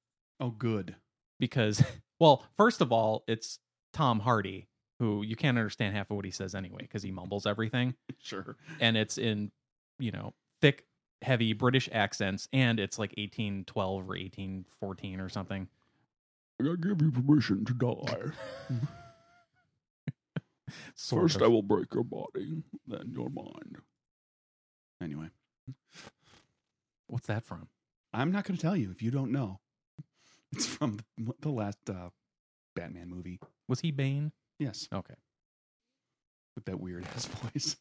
[SPEAKER 3] Oh, good.
[SPEAKER 2] because, well, first of all, it's Tom Hardy, who you can't understand half of what he says anyway because he mumbles everything
[SPEAKER 3] Sure.
[SPEAKER 2] and it's in you know thick heavy british accents and it's like 1812 or 1814 or something
[SPEAKER 3] I give you permission to die.
[SPEAKER 2] sort of.
[SPEAKER 3] will break your body, then your mind. Anyway,
[SPEAKER 2] what's that from
[SPEAKER 3] I'm not going to tell you if you don't know. It's from the, the last uh, Batman movie.
[SPEAKER 2] was he bane
[SPEAKER 3] Yes,
[SPEAKER 2] okay
[SPEAKER 3] with that weird ass voice.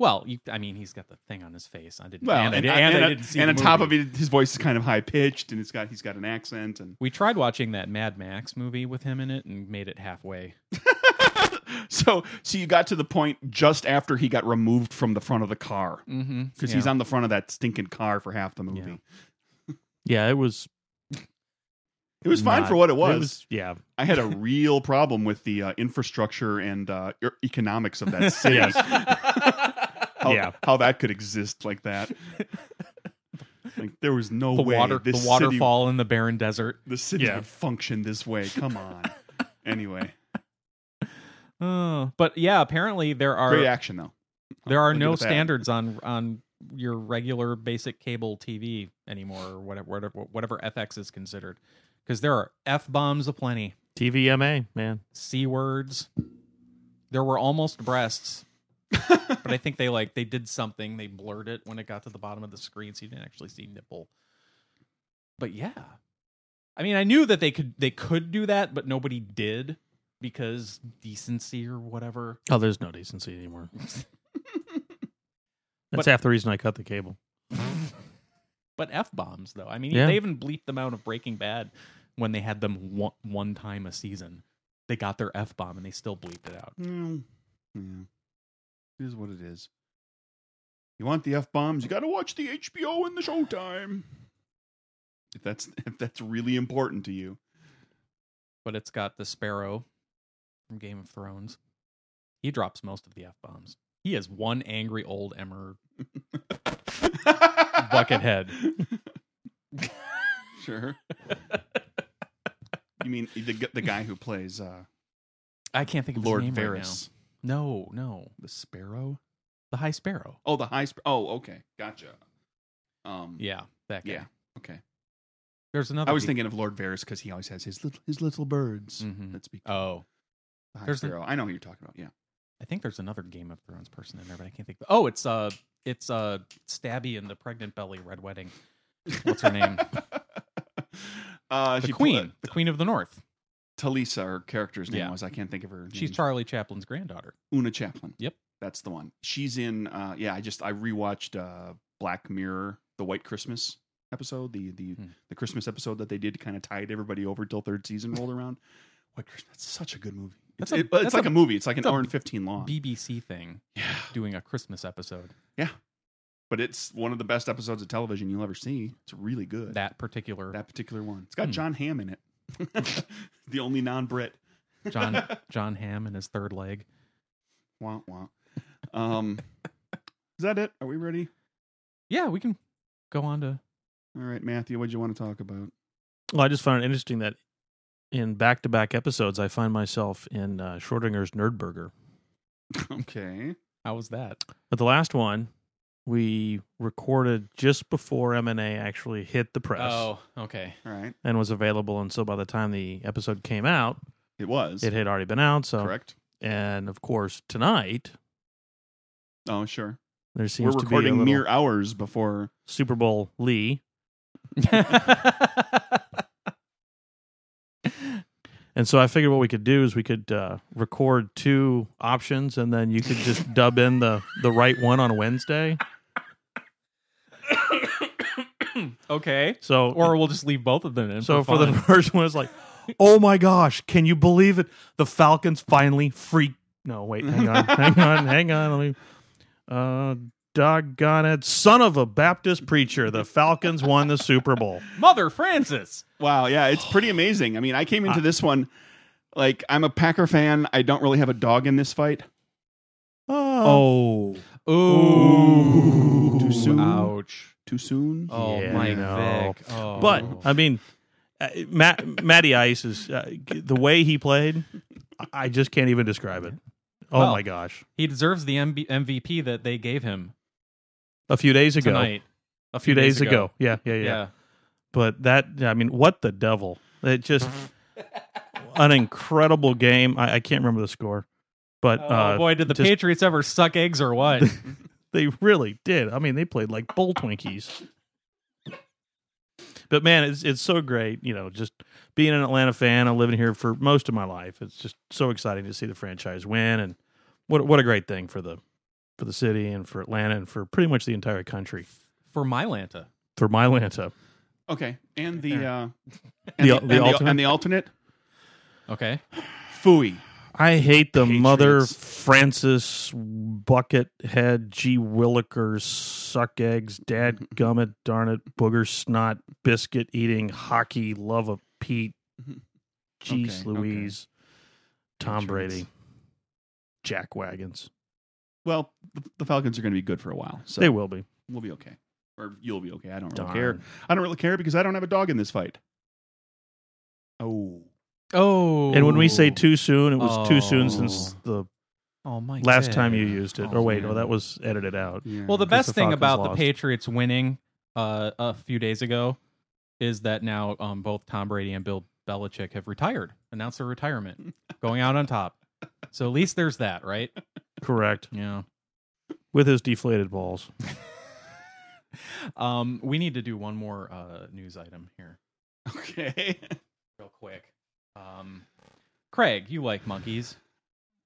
[SPEAKER 2] well you, i mean he's got the thing on his face i didn't
[SPEAKER 3] Well,
[SPEAKER 2] and,
[SPEAKER 3] and,
[SPEAKER 2] I did-
[SPEAKER 3] and-
[SPEAKER 2] and I
[SPEAKER 3] and-
[SPEAKER 2] didn't see
[SPEAKER 3] and
[SPEAKER 2] the
[SPEAKER 3] on top of
[SPEAKER 2] movie.
[SPEAKER 3] it, his voice is kind of high pitched, and it's got he's got an accent, and
[SPEAKER 2] we tried watching that mad max movie with him in it and made it halfway
[SPEAKER 3] so so you got to the point just after he got removed from the front of the car
[SPEAKER 2] mm-hmm
[SPEAKER 3] because he's on the front of that stinking car for half the movie.
[SPEAKER 2] Yeah.
[SPEAKER 1] Yeah, it was.
[SPEAKER 3] It was fine
[SPEAKER 1] not-
[SPEAKER 3] for what it was.
[SPEAKER 1] yeah,
[SPEAKER 3] I had a real problem with the uh, infrastructure and uh, e- economics of that city.
[SPEAKER 1] Yes.
[SPEAKER 3] how,
[SPEAKER 1] Yeah.
[SPEAKER 3] how that could exist like that. Like there was no
[SPEAKER 2] the
[SPEAKER 3] way
[SPEAKER 2] water
[SPEAKER 3] this
[SPEAKER 2] the
[SPEAKER 3] city
[SPEAKER 2] waterfall in the barren desert
[SPEAKER 3] the city
[SPEAKER 1] Yeah.
[SPEAKER 3] would function this way. Come on. anyway,
[SPEAKER 2] oh, but yeah apparently there are
[SPEAKER 3] great action though.
[SPEAKER 2] There are
[SPEAKER 3] I'll
[SPEAKER 2] no
[SPEAKER 3] give it that.
[SPEAKER 2] standards on on your regular basic cable TV anymore, or whatever whatever, whatever FX is considered, because there are f bombs aplenty,
[SPEAKER 1] TVMA man.
[SPEAKER 2] c words. There were almost breasts, but I think they like they did something. They blurred it when it got to the bottom of the screen, so you didn't actually see nipple. But yeah, I mean, I knew that they could they could do that, but nobody did because decency or whatever.
[SPEAKER 1] Oh, there's no decency anymore. That's half the reason I cut the cable.
[SPEAKER 2] But f bombs, though. I mean,
[SPEAKER 1] Yeah.
[SPEAKER 2] they even bleeped them out of Breaking Bad when they had them one, one time a season. They got their f bomb and they still bleeped it out.
[SPEAKER 3] Mm. Yeah. It is what it is. You want the F bombs, you gotta watch the HBO and the Showtime. If that's if that's really important to you.
[SPEAKER 2] But it's got the Sparrow from Game of Thrones. He drops most of the f bombs. He is one angry old emmer buckethead.
[SPEAKER 3] Sure. you mean the g- the guy who plays uh,
[SPEAKER 2] I can't think of
[SPEAKER 3] Lord
[SPEAKER 2] his name right
[SPEAKER 3] Varys,
[SPEAKER 2] now. No, no,
[SPEAKER 3] the Sparrow?
[SPEAKER 2] the High Sparrow.
[SPEAKER 3] Oh, the high. Sp- oh, okay, gotcha. Um,
[SPEAKER 2] Yeah, that guy.
[SPEAKER 3] yeah, okay.
[SPEAKER 2] There's another.
[SPEAKER 3] I was thinking of Lord Varys because he always has his little his little birds.
[SPEAKER 2] Mhm.
[SPEAKER 3] That's be
[SPEAKER 2] Oh,
[SPEAKER 3] the high
[SPEAKER 2] there's the-
[SPEAKER 3] Sparrow. I know who you're talking about. Yeah.
[SPEAKER 2] I think there's another Game of Thrones person in there, but I can't think. Oh, it's uh, it's uh, Stabby in the Pregnant Belly Red Wedding. What's her name?
[SPEAKER 3] uh,
[SPEAKER 2] The
[SPEAKER 3] she
[SPEAKER 2] Queen,
[SPEAKER 3] pla-
[SPEAKER 2] the Queen of the North.
[SPEAKER 3] Talisa, her character's name
[SPEAKER 2] Yeah.
[SPEAKER 3] was. I can't think of her.
[SPEAKER 2] She's
[SPEAKER 1] Mm.
[SPEAKER 3] name.
[SPEAKER 2] Charlie Chaplin's granddaughter.
[SPEAKER 3] Una Chaplin.
[SPEAKER 2] Yep.
[SPEAKER 3] That's the one. She's in uh yeah, I just I rewatched uh Black Mirror, the White Christmas episode, the the
[SPEAKER 2] Hmm.
[SPEAKER 3] the Christmas episode that they did to kind of tide everybody over till third season rolled around. White Christmas that's such a good movie. It's,
[SPEAKER 2] That's a-
[SPEAKER 3] it- but it's
[SPEAKER 2] that's
[SPEAKER 3] like
[SPEAKER 2] a-
[SPEAKER 3] a, movie. It's like an
[SPEAKER 2] that's a
[SPEAKER 3] hour and fifteen long.
[SPEAKER 2] BBC thing
[SPEAKER 3] yeah.
[SPEAKER 2] doing a Christmas episode.
[SPEAKER 3] But it's one of the best episodes of television you'll ever see. It's really good.
[SPEAKER 2] That particular
[SPEAKER 3] That particular one. It's got
[SPEAKER 2] Hmm.
[SPEAKER 3] John Hamm in it. the only non Brit.
[SPEAKER 2] John John Hamm and his third leg.
[SPEAKER 3] Wah wah. Um Is that it? Are we ready?
[SPEAKER 2] Yeah, we can go on to
[SPEAKER 3] All right, Matthew, what do you want to talk about?
[SPEAKER 1] Well, I just found it interesting that in back-to-back episodes, I find myself in uh, Schrodinger's Nerdburger.
[SPEAKER 3] Okay.
[SPEAKER 2] how was that?
[SPEAKER 1] But the last one we recorded just before M and A actually hit the press
[SPEAKER 2] Oh, okay.
[SPEAKER 3] All right.
[SPEAKER 1] and was available, and so by the time the episode came out,
[SPEAKER 3] It was.
[SPEAKER 1] it uh, had already been out. So,
[SPEAKER 3] correct.
[SPEAKER 1] and of course, tonight
[SPEAKER 3] Oh, sure.
[SPEAKER 1] there
[SPEAKER 3] We're
[SPEAKER 1] seems to be a
[SPEAKER 3] recording
[SPEAKER 1] little
[SPEAKER 3] mere hours before.
[SPEAKER 1] Super Bowl Lee, and so I figured what we could do is we could uh, record two options, and then you could just dub in the the right one on Wednesday.
[SPEAKER 2] okay.
[SPEAKER 1] So,
[SPEAKER 2] Or we'll just leave both of them in.
[SPEAKER 1] so for, the
[SPEAKER 2] fun.
[SPEAKER 1] first one, it's like, oh my gosh, can you believe it? The Falcons finally freak. No, wait, hang on, hang on, hang on. Let me. Uh, doggone it, son of a Baptist preacher! The Falcons won the Super Bowl.
[SPEAKER 2] Mother Francis.
[SPEAKER 3] Wow. Yeah, it's pretty amazing. I mean, I came into this one like I'm a Packer fan. I don't really have a dog in this fight.
[SPEAKER 1] Oh,
[SPEAKER 2] Ooh.
[SPEAKER 3] Too soon.
[SPEAKER 2] Ouch.
[SPEAKER 3] Too soon.
[SPEAKER 2] Oh,
[SPEAKER 1] Yeah,
[SPEAKER 2] Mike
[SPEAKER 1] no.
[SPEAKER 2] Vick. Oh.
[SPEAKER 1] But I mean, uh, Matt, Matty Ice is uh, g- the way he played. I just can't even describe it. Oh
[SPEAKER 2] Well,
[SPEAKER 1] my gosh!
[SPEAKER 2] he deserves the MB- MVP that they gave him
[SPEAKER 1] A few days ago,
[SPEAKER 2] tonight. A
[SPEAKER 1] a few days, ago. Yeah, yeah, yeah,
[SPEAKER 2] Yeah.
[SPEAKER 1] But that, I mean, what the devil? It just an incredible game. I, I can't remember the score, but
[SPEAKER 2] Oh
[SPEAKER 1] uh,
[SPEAKER 2] boy, did the
[SPEAKER 1] just-
[SPEAKER 2] Patriots ever suck eggs or what?
[SPEAKER 1] They really did. I mean, they played like bull twinkies. But man, it's it's so great, you know, just being an Atlanta fan. I'm living here for most of my life. It's just so exciting to see the franchise win, and what what a great thing for the for the city and for Atlanta and for pretty much the entire country
[SPEAKER 2] For Mylanta.
[SPEAKER 1] for my Atlanta.
[SPEAKER 3] Okay, and the uh,
[SPEAKER 1] The-
[SPEAKER 3] and
[SPEAKER 1] the
[SPEAKER 3] and
[SPEAKER 1] alternate?
[SPEAKER 3] and the alternate
[SPEAKER 2] Okay.
[SPEAKER 3] Fooey.
[SPEAKER 1] I hate the
[SPEAKER 3] Patriots.
[SPEAKER 1] mother Francis Buckethead G Willikers suck eggs dad gummit darn it booger snot biscuit eating hockey love of Pete Jeez
[SPEAKER 3] Okay, okay.
[SPEAKER 1] Louise Tom
[SPEAKER 3] Patriots.
[SPEAKER 1] Brady Jack Wagons
[SPEAKER 3] Well, the, the Falcons are going to be good for a while, so
[SPEAKER 1] they will be
[SPEAKER 3] we'll be okay, or you'll be okay. I don't really
[SPEAKER 1] Darn.
[SPEAKER 3] care. I don't really care because I don't have a dog in this fight. Oh,
[SPEAKER 2] Oh.
[SPEAKER 1] and when we say too soon it was too
[SPEAKER 2] Oh.
[SPEAKER 1] soon since the
[SPEAKER 2] Oh, Mike.
[SPEAKER 1] last
[SPEAKER 2] Vick.
[SPEAKER 1] time you used it
[SPEAKER 3] Oh,
[SPEAKER 1] or wait no
[SPEAKER 3] man.
[SPEAKER 1] that was edited out
[SPEAKER 3] yeah.
[SPEAKER 2] Well, the
[SPEAKER 1] because
[SPEAKER 2] best
[SPEAKER 1] the
[SPEAKER 2] thing
[SPEAKER 1] Falcons
[SPEAKER 2] about the
[SPEAKER 1] lost.
[SPEAKER 2] Patriots winning uh, a few days ago is that now um, both Tom Brady and Bill Belichick have retired, announced their retirement, going out on top. So at least there's that, right?
[SPEAKER 1] correct
[SPEAKER 2] Yeah.
[SPEAKER 1] with his deflated balls
[SPEAKER 2] Um, we need to do one more uh, news item here,
[SPEAKER 3] okay.
[SPEAKER 2] real quick. Um, Craig, you like monkeys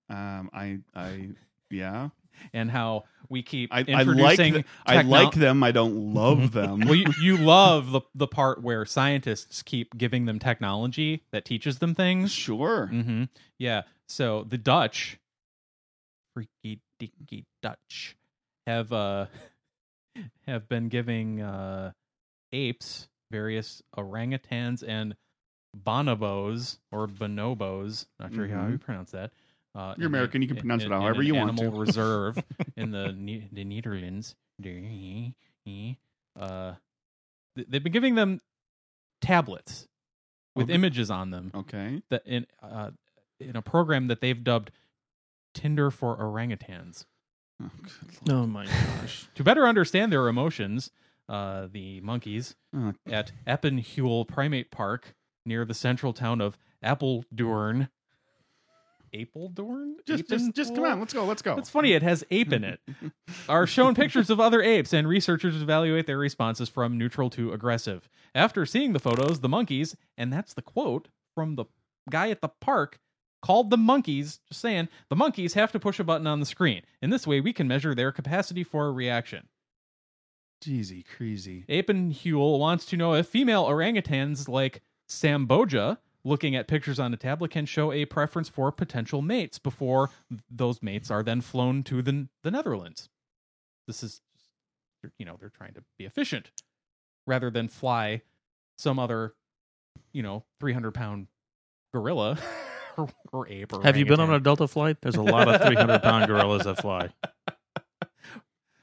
[SPEAKER 3] Um, I, I, yeah,
[SPEAKER 2] and how we keep
[SPEAKER 3] I, I like,
[SPEAKER 2] introducing.
[SPEAKER 3] th- I
[SPEAKER 2] techno-
[SPEAKER 3] like them. I don't love them.
[SPEAKER 2] well, you, you love the the part where scientists keep giving them technology that teaches them things.
[SPEAKER 3] sure.
[SPEAKER 2] Mm-hmm. Yeah. So the Dutch, freaky dicky Dutch, have uh have been giving uh apes various orangutans and bonobos or bonobos. Not sure how you pronounce that. Uh,
[SPEAKER 3] Mm-hmm. You're
[SPEAKER 2] in the-
[SPEAKER 3] American, you can
[SPEAKER 2] in-
[SPEAKER 3] pronounce
[SPEAKER 2] in-
[SPEAKER 3] it however
[SPEAKER 2] in an
[SPEAKER 3] you want to.
[SPEAKER 2] Animal reserve in the Ne- the Netherlands. Uh, th- they've been giving them tablets with
[SPEAKER 3] Okay.
[SPEAKER 2] images on them
[SPEAKER 3] Okay.
[SPEAKER 2] that in uh, in a program that they've dubbed Tinder for orangutans.
[SPEAKER 3] Oh, good lord.
[SPEAKER 1] oh my gosh
[SPEAKER 2] To better understand their emotions, uh, the monkeys
[SPEAKER 3] Oh,
[SPEAKER 2] at Eppenhuel Primate Park near the central town of Appledorn. Appledorn?
[SPEAKER 3] just, just, just come
[SPEAKER 2] Appenhuel?
[SPEAKER 3] on. Let's go. Let's go.
[SPEAKER 2] It's funny, it has ape in it. Are shown pictures of other apes, and researchers evaluate their responses from neutral to aggressive. After seeing the photos, the monkeys, and that's the quote from the guy at the park, called the monkeys, just saying, the monkeys have to push a button on the screen. In this way, we can measure their capacity for reaction.
[SPEAKER 3] Jeezy, crazy.
[SPEAKER 2] Apenhuel wants to know if female orangutans like Samboja looking at pictures on a tablet can show a preference for potential mates before those mates are then flown to the, the Netherlands. This is, you know, they're trying to be efficient rather than fly some other, you know, 300 pound gorilla or, or ape. Or
[SPEAKER 1] have you been on a
[SPEAKER 2] orangutan.
[SPEAKER 1] Delta flight there's a lot of 300 pound gorillas that fly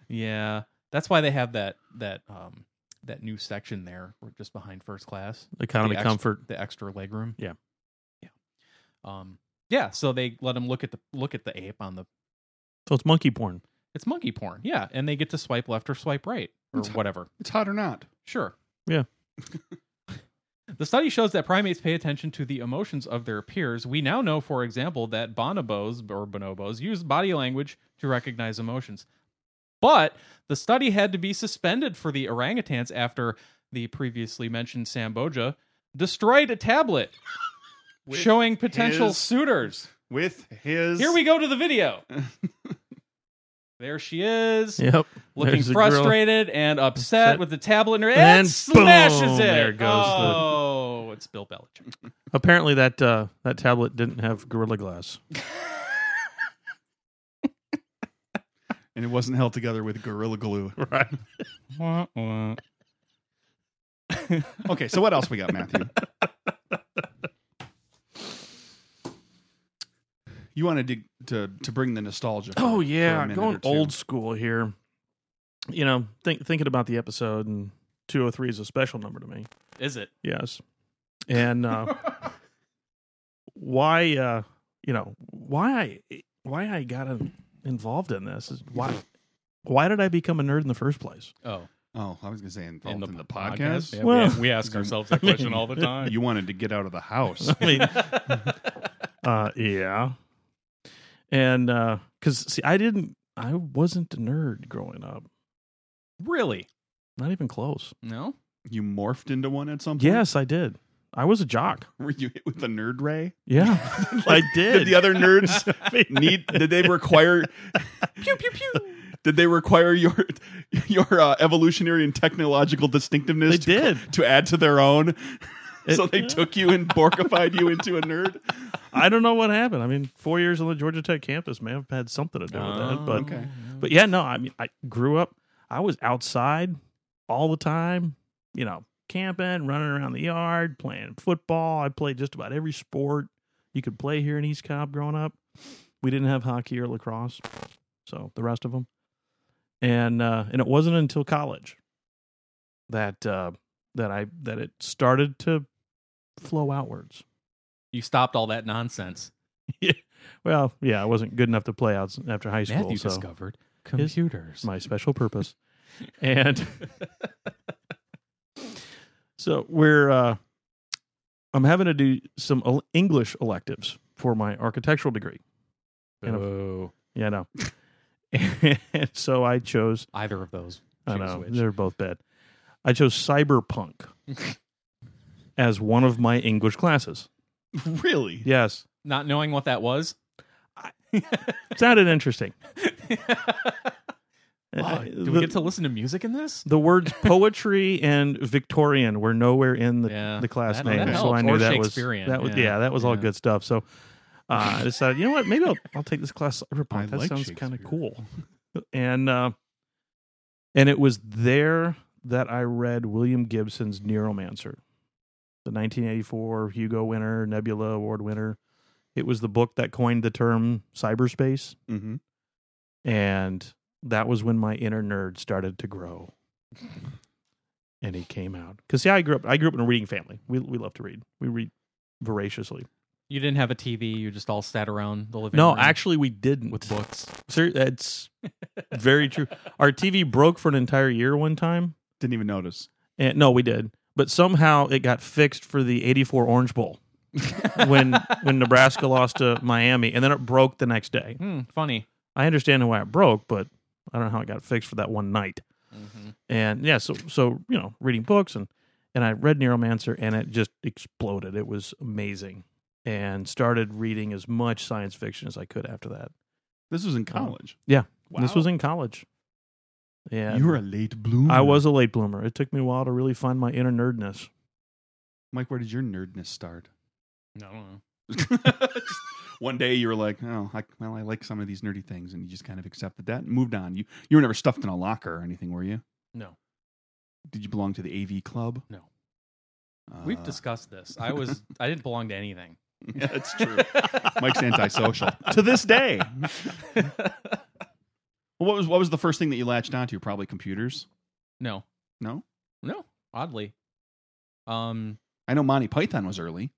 [SPEAKER 2] Yeah. That's why they have that, that, um, that new section there, or just behind first class.
[SPEAKER 1] economy
[SPEAKER 2] The ex-
[SPEAKER 1] comfort
[SPEAKER 2] the extra leg room.
[SPEAKER 1] Yeah.
[SPEAKER 2] yeah, um, yeah. So they let him look at the look at the ape on the.
[SPEAKER 1] so it's monkey porn
[SPEAKER 2] It's monkey porn, yeah, and they get to swipe left or swipe right or whatever.
[SPEAKER 3] It's hot or not.
[SPEAKER 2] Sure.
[SPEAKER 1] Yeah.
[SPEAKER 2] the study shows that primates pay attention to the emotions of their peers. We now know, for example, that bonobos or bonobos use body language to recognize emotions. But the study had to be suspended for the orangutans after the previously mentioned Samboja destroyed a tablet
[SPEAKER 3] With
[SPEAKER 2] showing potential
[SPEAKER 3] his-
[SPEAKER 2] suitors.
[SPEAKER 3] With his.
[SPEAKER 2] Here we go to the video. there she is,
[SPEAKER 1] Yep.
[SPEAKER 2] looking
[SPEAKER 1] There's the girl.
[SPEAKER 2] frustrated and upset,
[SPEAKER 1] Upset.
[SPEAKER 2] with the tablet in her hand,
[SPEAKER 1] And
[SPEAKER 2] and smashes
[SPEAKER 1] boom,
[SPEAKER 2] it.
[SPEAKER 1] there goes the-
[SPEAKER 2] oh, it's Bill Belichick.
[SPEAKER 1] Apparently that uh, that tablet didn't have Gorilla Glass.
[SPEAKER 3] And it wasn't held together with Gorilla Glue.
[SPEAKER 1] Right.
[SPEAKER 3] Okay, so what else we got, Matthew? you want to dig to to bring the nostalgia. for-
[SPEAKER 1] Oh
[SPEAKER 3] for a
[SPEAKER 1] yeah,
[SPEAKER 3] minute
[SPEAKER 1] going
[SPEAKER 3] or two.
[SPEAKER 1] old school here. You know, think, thinking about the episode, and 203 is a special number to me.
[SPEAKER 2] Is it?
[SPEAKER 1] Yes, and uh, why? Uh, you know, why I why I got in- involved in this is why why did I become a nerd in the first place?
[SPEAKER 2] Oh,
[SPEAKER 3] Oh, I was gonna say involved
[SPEAKER 2] in the,
[SPEAKER 3] the
[SPEAKER 2] podcast.
[SPEAKER 3] podcast.
[SPEAKER 2] Yeah,
[SPEAKER 1] Well-
[SPEAKER 2] we, we ask ourselves that question all the time.
[SPEAKER 3] You wanted to get out of the house.
[SPEAKER 1] I mean, uh, yeah, and because see, I didn't, I wasn't a nerd growing up,
[SPEAKER 2] really?
[SPEAKER 1] not even close.
[SPEAKER 2] No.
[SPEAKER 3] you morphed into one at some point.
[SPEAKER 1] Yes, I did. I was a jock.
[SPEAKER 3] Were you hit with the nerd ray?
[SPEAKER 1] Yeah, I
[SPEAKER 3] Did
[SPEAKER 1] did.
[SPEAKER 3] the other nerds need? Did they require?
[SPEAKER 2] Pew pew pew.
[SPEAKER 3] Did they require your your uh, evolutionary and technological distinctiveness?
[SPEAKER 1] They
[SPEAKER 3] to,
[SPEAKER 1] did.
[SPEAKER 3] to add to their own. so
[SPEAKER 1] It-
[SPEAKER 3] they took you and borkified you into a nerd.
[SPEAKER 1] I don't know what happened. I mean, four years on the Georgia Tech campus may have had something to do with
[SPEAKER 2] Oh,
[SPEAKER 1] that. But
[SPEAKER 3] Oh, okay.
[SPEAKER 1] but yeah, no, I mean, I grew up. I was outside all the time. You know, camping, running around the yard, playing football. I played just about every sport you could play here in East Cobb growing up. We didn't have hockey or lacrosse, so the rest of them. And uh, and it wasn't until college that uh, that I that it started to flow outwards.
[SPEAKER 2] you stopped all that nonsense.
[SPEAKER 1] Well, yeah, I wasn't good enough to play out after high school,
[SPEAKER 2] Matthew
[SPEAKER 1] so
[SPEAKER 2] discovered computers.
[SPEAKER 1] it's my special purpose. and so we're uh I'm having to do some el- English electives for my architectural degree. kind of-
[SPEAKER 2] Boo.
[SPEAKER 1] Yeah, I know. and so I chose
[SPEAKER 2] Either of those.
[SPEAKER 1] I
[SPEAKER 2] Choose
[SPEAKER 1] know,
[SPEAKER 2] which.
[SPEAKER 1] they're both bad. I chose cyberpunk as one of my English classes.
[SPEAKER 3] Really?
[SPEAKER 1] Yes.
[SPEAKER 2] Not knowing what that was.
[SPEAKER 1] Sounded interesting. Uh,
[SPEAKER 2] Wow, do we
[SPEAKER 1] The-
[SPEAKER 2] get to listen to music in this?
[SPEAKER 1] the words poetry and Victorian were nowhere in the,
[SPEAKER 2] Yeah,
[SPEAKER 1] the class
[SPEAKER 2] that-
[SPEAKER 1] name,
[SPEAKER 2] that
[SPEAKER 1] so I
[SPEAKER 2] helps.
[SPEAKER 1] knew
[SPEAKER 2] Or
[SPEAKER 1] that was
[SPEAKER 2] Shakespearean,
[SPEAKER 1] that was yeah,
[SPEAKER 2] yeah,
[SPEAKER 1] that was all
[SPEAKER 2] yeah.
[SPEAKER 1] good stuff. So uh, I decided, you know what, maybe I'll, I'll take this class.
[SPEAKER 3] I
[SPEAKER 1] Cyberpunk. That
[SPEAKER 3] like
[SPEAKER 1] sounds kind of
[SPEAKER 3] Shakespeare.
[SPEAKER 1] cool, and uh, and it was there that I read William Gibson's Neuromancer, the 1984 Hugo winner, Nebula Award winner. It was the book that coined the term cyberspace,
[SPEAKER 3] Mm-hmm.
[SPEAKER 1] and that was when my inner nerd started to grow and he came out because see i grew up i grew up in a reading family we, we love to read we read voraciously
[SPEAKER 2] You didn't have a TV. You just all sat around the living
[SPEAKER 1] no
[SPEAKER 2] room
[SPEAKER 1] actually we didn't
[SPEAKER 2] with books.
[SPEAKER 1] Ser- that's very true our tv broke for an entire year one time
[SPEAKER 3] Didn't even notice.
[SPEAKER 1] and no we did but somehow it got fixed for the 84 orange bowl when when nebraska lost to miami and then it broke the next day
[SPEAKER 2] Hmm, funny.
[SPEAKER 1] i understand why it broke but i don't know how it got fixed for that one night
[SPEAKER 2] Mm-hmm.
[SPEAKER 1] and yeah so so you know reading books and and i read neuromancer and it just exploded it was amazing and started reading as much science fiction as i could after that
[SPEAKER 3] This was in college.
[SPEAKER 1] this was in college yeah
[SPEAKER 3] You were a late bloomer.
[SPEAKER 1] i was a late bloomer it took me a while to really find my inner nerdness
[SPEAKER 3] Mike, where did your nerdness start?
[SPEAKER 2] I don't know.
[SPEAKER 3] Just One day you were like, oh, I, well, I like some of these nerdy things, and you just kind of accepted that and moved on. You you were never stuffed in a locker or anything, were you?
[SPEAKER 2] No.
[SPEAKER 3] Did you belong to the AV club?
[SPEAKER 2] No.
[SPEAKER 3] Uh,
[SPEAKER 2] We've discussed this. I was I didn't belong to anything.
[SPEAKER 3] Yeah, that's true. Mike's antisocial to this day. Well, what was what was the first thing that you latched onto? Probably computers.
[SPEAKER 2] no.
[SPEAKER 3] No,
[SPEAKER 2] No. Oddly. Um
[SPEAKER 3] I know Monty Python was early.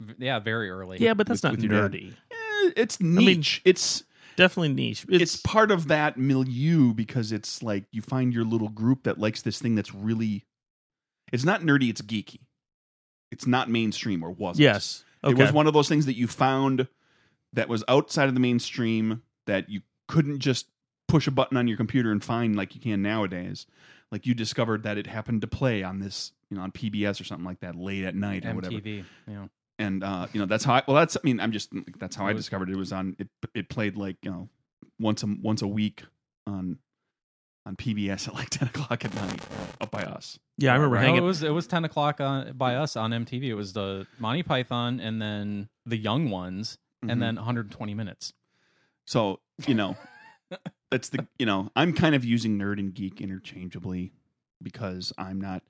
[SPEAKER 2] v- yeah, very early.
[SPEAKER 1] yeah but that's
[SPEAKER 3] With-
[SPEAKER 1] not
[SPEAKER 3] with your dad.
[SPEAKER 1] nerdy
[SPEAKER 3] Eh, it's
[SPEAKER 1] mean-
[SPEAKER 3] niche. it's
[SPEAKER 1] definitely niche
[SPEAKER 3] it's, part of that milieu because it's like you find your little group that likes this thing that's really it's not nerdy it's geeky it's not mainstream or wasn't
[SPEAKER 1] yes okay
[SPEAKER 3] it was one of those things that you found that was outside of the mainstream that you couldn't just push a button on your computer and find like you can nowadays like you discovered that it happened to play on this you know on pbs or something like that late at night or whatever
[SPEAKER 2] MTV. Yeah.
[SPEAKER 3] and uh, you know that's how I, well that's I mean I'm just that's how I
[SPEAKER 2] It was-
[SPEAKER 3] discovered it. It was on it it played like you know once a once a week on on PBS at like ten o'clock at night up by us.
[SPEAKER 1] yeah i remember
[SPEAKER 2] No, it
[SPEAKER 1] hanging
[SPEAKER 2] was it was ten o'clock on, by us on MTV. It was the Monty Python and then the Young Ones
[SPEAKER 3] Mhm.
[SPEAKER 2] and then 120 minutes.
[SPEAKER 3] so you know that's the you know I'm kind of using nerd and geek interchangeably because I'm not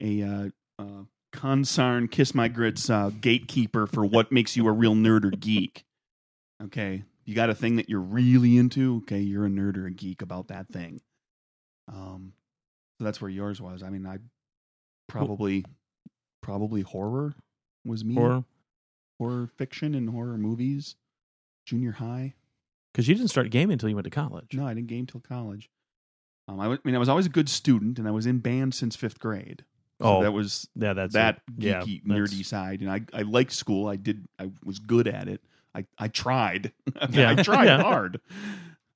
[SPEAKER 3] a uh, uh, concern kiss my grits uh, gatekeeper for what makes you a real nerd or geek. Okay, you got a thing that you're really into, okay, you're a nerd or a geek about that thing. Um, so that's where yours was. I mean, I probably probably horror was me.
[SPEAKER 1] Or
[SPEAKER 3] horror fiction and horror movies. Junior high.
[SPEAKER 1] because you didn't start gaming until you went to college.
[SPEAKER 3] No, I didn't game till college. Um, I, was, I mean, I was always a good student, and I was in band since fifth grade. So
[SPEAKER 1] oh,
[SPEAKER 3] that was
[SPEAKER 1] yeah, that's
[SPEAKER 3] that
[SPEAKER 1] it. Yeah,
[SPEAKER 3] geeky,
[SPEAKER 1] that's-
[SPEAKER 3] nerdy side, and I I liked school. I did. I was good at it. I I tried.
[SPEAKER 1] Yeah.
[SPEAKER 3] I tried
[SPEAKER 1] Yeah.
[SPEAKER 3] hard.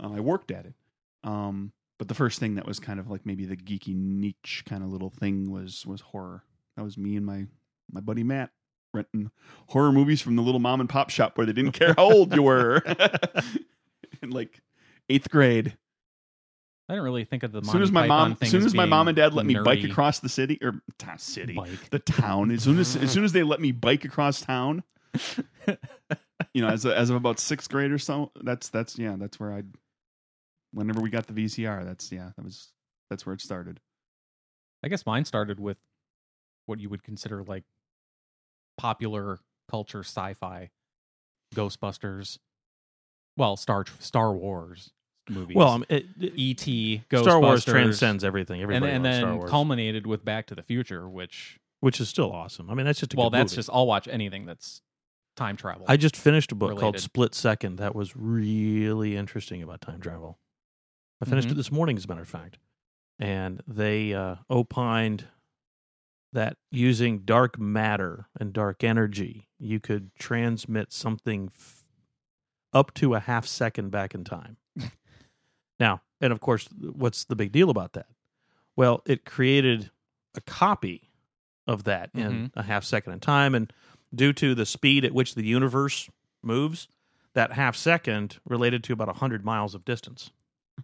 [SPEAKER 3] Uh, I worked at it. Um, but the first thing that was kind of like maybe the geeky niche kind of little thing was was horror. That was me and my my buddy Matt renting horror movies from the little mom and pop shop where they didn't care how old you were. In like eighth grade,
[SPEAKER 2] I didn't really think of the.
[SPEAKER 3] as
[SPEAKER 2] Monty
[SPEAKER 3] soon as my
[SPEAKER 2] Python
[SPEAKER 3] mom,
[SPEAKER 2] thing
[SPEAKER 3] as soon as my
[SPEAKER 2] being
[SPEAKER 3] mom and dad let me bike
[SPEAKER 2] nerdy.
[SPEAKER 3] across the city or ta- city,
[SPEAKER 2] Bike.
[SPEAKER 3] the town. As soon as as soon as they let me bike across town, you know, as as of about sixth grade or so, that's that's yeah, that's where I. Whenever we got the VCR, that's yeah, that was that's where it started.
[SPEAKER 2] I guess mine started with what you would consider like popular culture sci-fi, Ghostbusters, well, Star Star Wars movies.
[SPEAKER 1] Well, um, it, it-
[SPEAKER 2] E.T. Ghostbusters,
[SPEAKER 1] Star Wars transcends everything.
[SPEAKER 2] and,
[SPEAKER 1] Everybody
[SPEAKER 2] and
[SPEAKER 1] loves
[SPEAKER 2] then
[SPEAKER 1] Star Wars,
[SPEAKER 2] culminated with Back to the Future, which
[SPEAKER 1] which is still awesome. I mean, that's just a
[SPEAKER 2] well,
[SPEAKER 1] good
[SPEAKER 2] that's
[SPEAKER 1] movie.
[SPEAKER 2] just I'll watch anything that's time travel.
[SPEAKER 1] I just finished a book called
[SPEAKER 2] related.
[SPEAKER 1] Split Second that was really interesting about time travel. I
[SPEAKER 2] Mm-hmm.
[SPEAKER 1] finished it this morning, as a matter of fact, and they uh, opined that using dark matter and dark energy, you could transmit something f- up to a half second back in time. now, and of course, what's the big deal about that? Well, it created a copy of that in a half second in time, and due to the speed at which the universe moves, that half second related to about 100 miles of distance.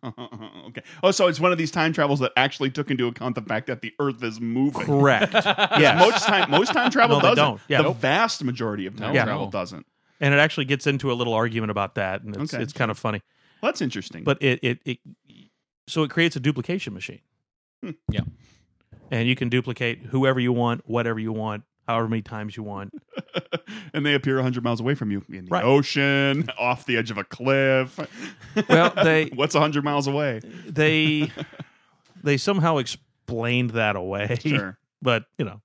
[SPEAKER 3] okay. Oh, so it's one of these time travels that actually took into account the fact that the Earth is moving.
[SPEAKER 1] Correct.
[SPEAKER 3] Yeah,
[SPEAKER 1] Yes.
[SPEAKER 3] most time most time travel
[SPEAKER 1] No, they
[SPEAKER 3] doesn't.
[SPEAKER 1] don't. Yeah.
[SPEAKER 3] the vast majority of time
[SPEAKER 1] Yeah.
[SPEAKER 3] travel
[SPEAKER 2] No.
[SPEAKER 3] doesn't.
[SPEAKER 1] and it actually gets into a little argument about that, and it's,
[SPEAKER 3] Okay.
[SPEAKER 1] it's kind of funny.
[SPEAKER 3] Well, that's interesting.
[SPEAKER 1] But it, it, it so it creates a duplication machine.
[SPEAKER 3] Hmm.
[SPEAKER 2] Yeah.
[SPEAKER 1] And you can duplicate whoever you want, whatever you want, however many times you want.
[SPEAKER 3] and they appear 100 miles away from you in the
[SPEAKER 1] Right.
[SPEAKER 3] ocean, off the edge of a cliff.
[SPEAKER 1] Well, they-
[SPEAKER 3] what's 100 miles away?
[SPEAKER 1] They they somehow explained that away,
[SPEAKER 3] Sure.
[SPEAKER 1] but you know,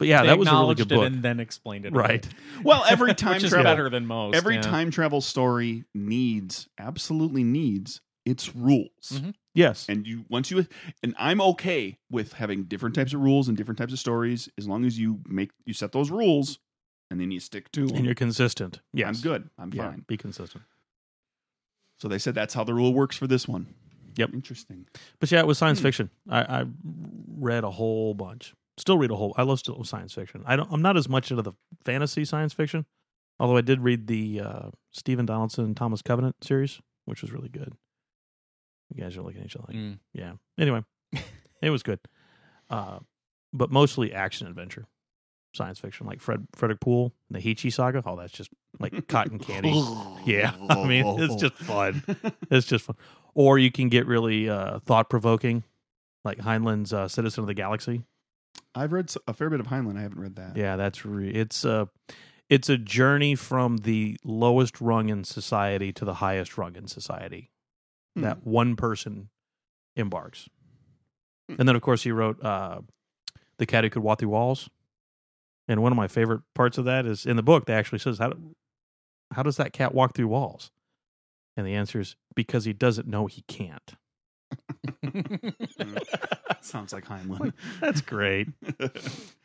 [SPEAKER 1] but yeah,
[SPEAKER 2] They
[SPEAKER 1] that was a really
[SPEAKER 2] acknowledged
[SPEAKER 1] good
[SPEAKER 2] it
[SPEAKER 1] book,
[SPEAKER 2] and then explained it, away,
[SPEAKER 1] right?
[SPEAKER 3] Well, every time
[SPEAKER 2] Which is
[SPEAKER 3] travel
[SPEAKER 2] better than most.
[SPEAKER 3] every
[SPEAKER 2] yeah.
[SPEAKER 3] time travel story needs absolutely needs its rules.
[SPEAKER 1] Mm-hmm.
[SPEAKER 2] Mhm.
[SPEAKER 1] Yes,
[SPEAKER 3] And you once you and I'm okay with having different types of rules and different types of stories as long as you make you set those rules and then you stick to them.
[SPEAKER 1] and you're consistent. Yes,
[SPEAKER 3] I'm good. I'm
[SPEAKER 1] Yeah,
[SPEAKER 3] fine.
[SPEAKER 1] be consistent.
[SPEAKER 3] So they said that's how the rule works for this one.
[SPEAKER 1] Yep.
[SPEAKER 3] Interesting.
[SPEAKER 1] But yeah, it was science
[SPEAKER 3] Hmm.
[SPEAKER 1] fiction. I, I read a whole bunch. Still read a whole. I love still science fiction. I don't. I'm not as much into the fantasy science fiction, although I did read the uh, Stephen Donaldson and Thomas Covenant series, which was really good. You guys are looking at each other. Like,
[SPEAKER 2] Mm.
[SPEAKER 1] Yeah. Anyway, it was good. Uh, but mostly action adventure, science fiction, like Fred Frederick Poole, the Heechee Saga. Oh, that's just like cotton candy. yeah, I mean, it's just fun it's just fun. Or you can get really uh, thought provoking, like Heinlein's uh, Citizen of the Galaxy.
[SPEAKER 3] I've read s- a fair bit of Heinlein. I haven't read that.
[SPEAKER 1] Yeah, that's re- it's a it's a journey from the lowest rung in society to the highest rung in society
[SPEAKER 3] Hmm.
[SPEAKER 1] that one person embarks.
[SPEAKER 3] Hmm.
[SPEAKER 1] And then, of course, he wrote uh, "The Cat Who Could Walk Through Walls." And one of my favorite parts of that is in the book. They actually says how do- how does that cat walk through walls? And the answer is because he doesn't know he can't.
[SPEAKER 3] Uh, Sounds like Heinlein.
[SPEAKER 1] That's great.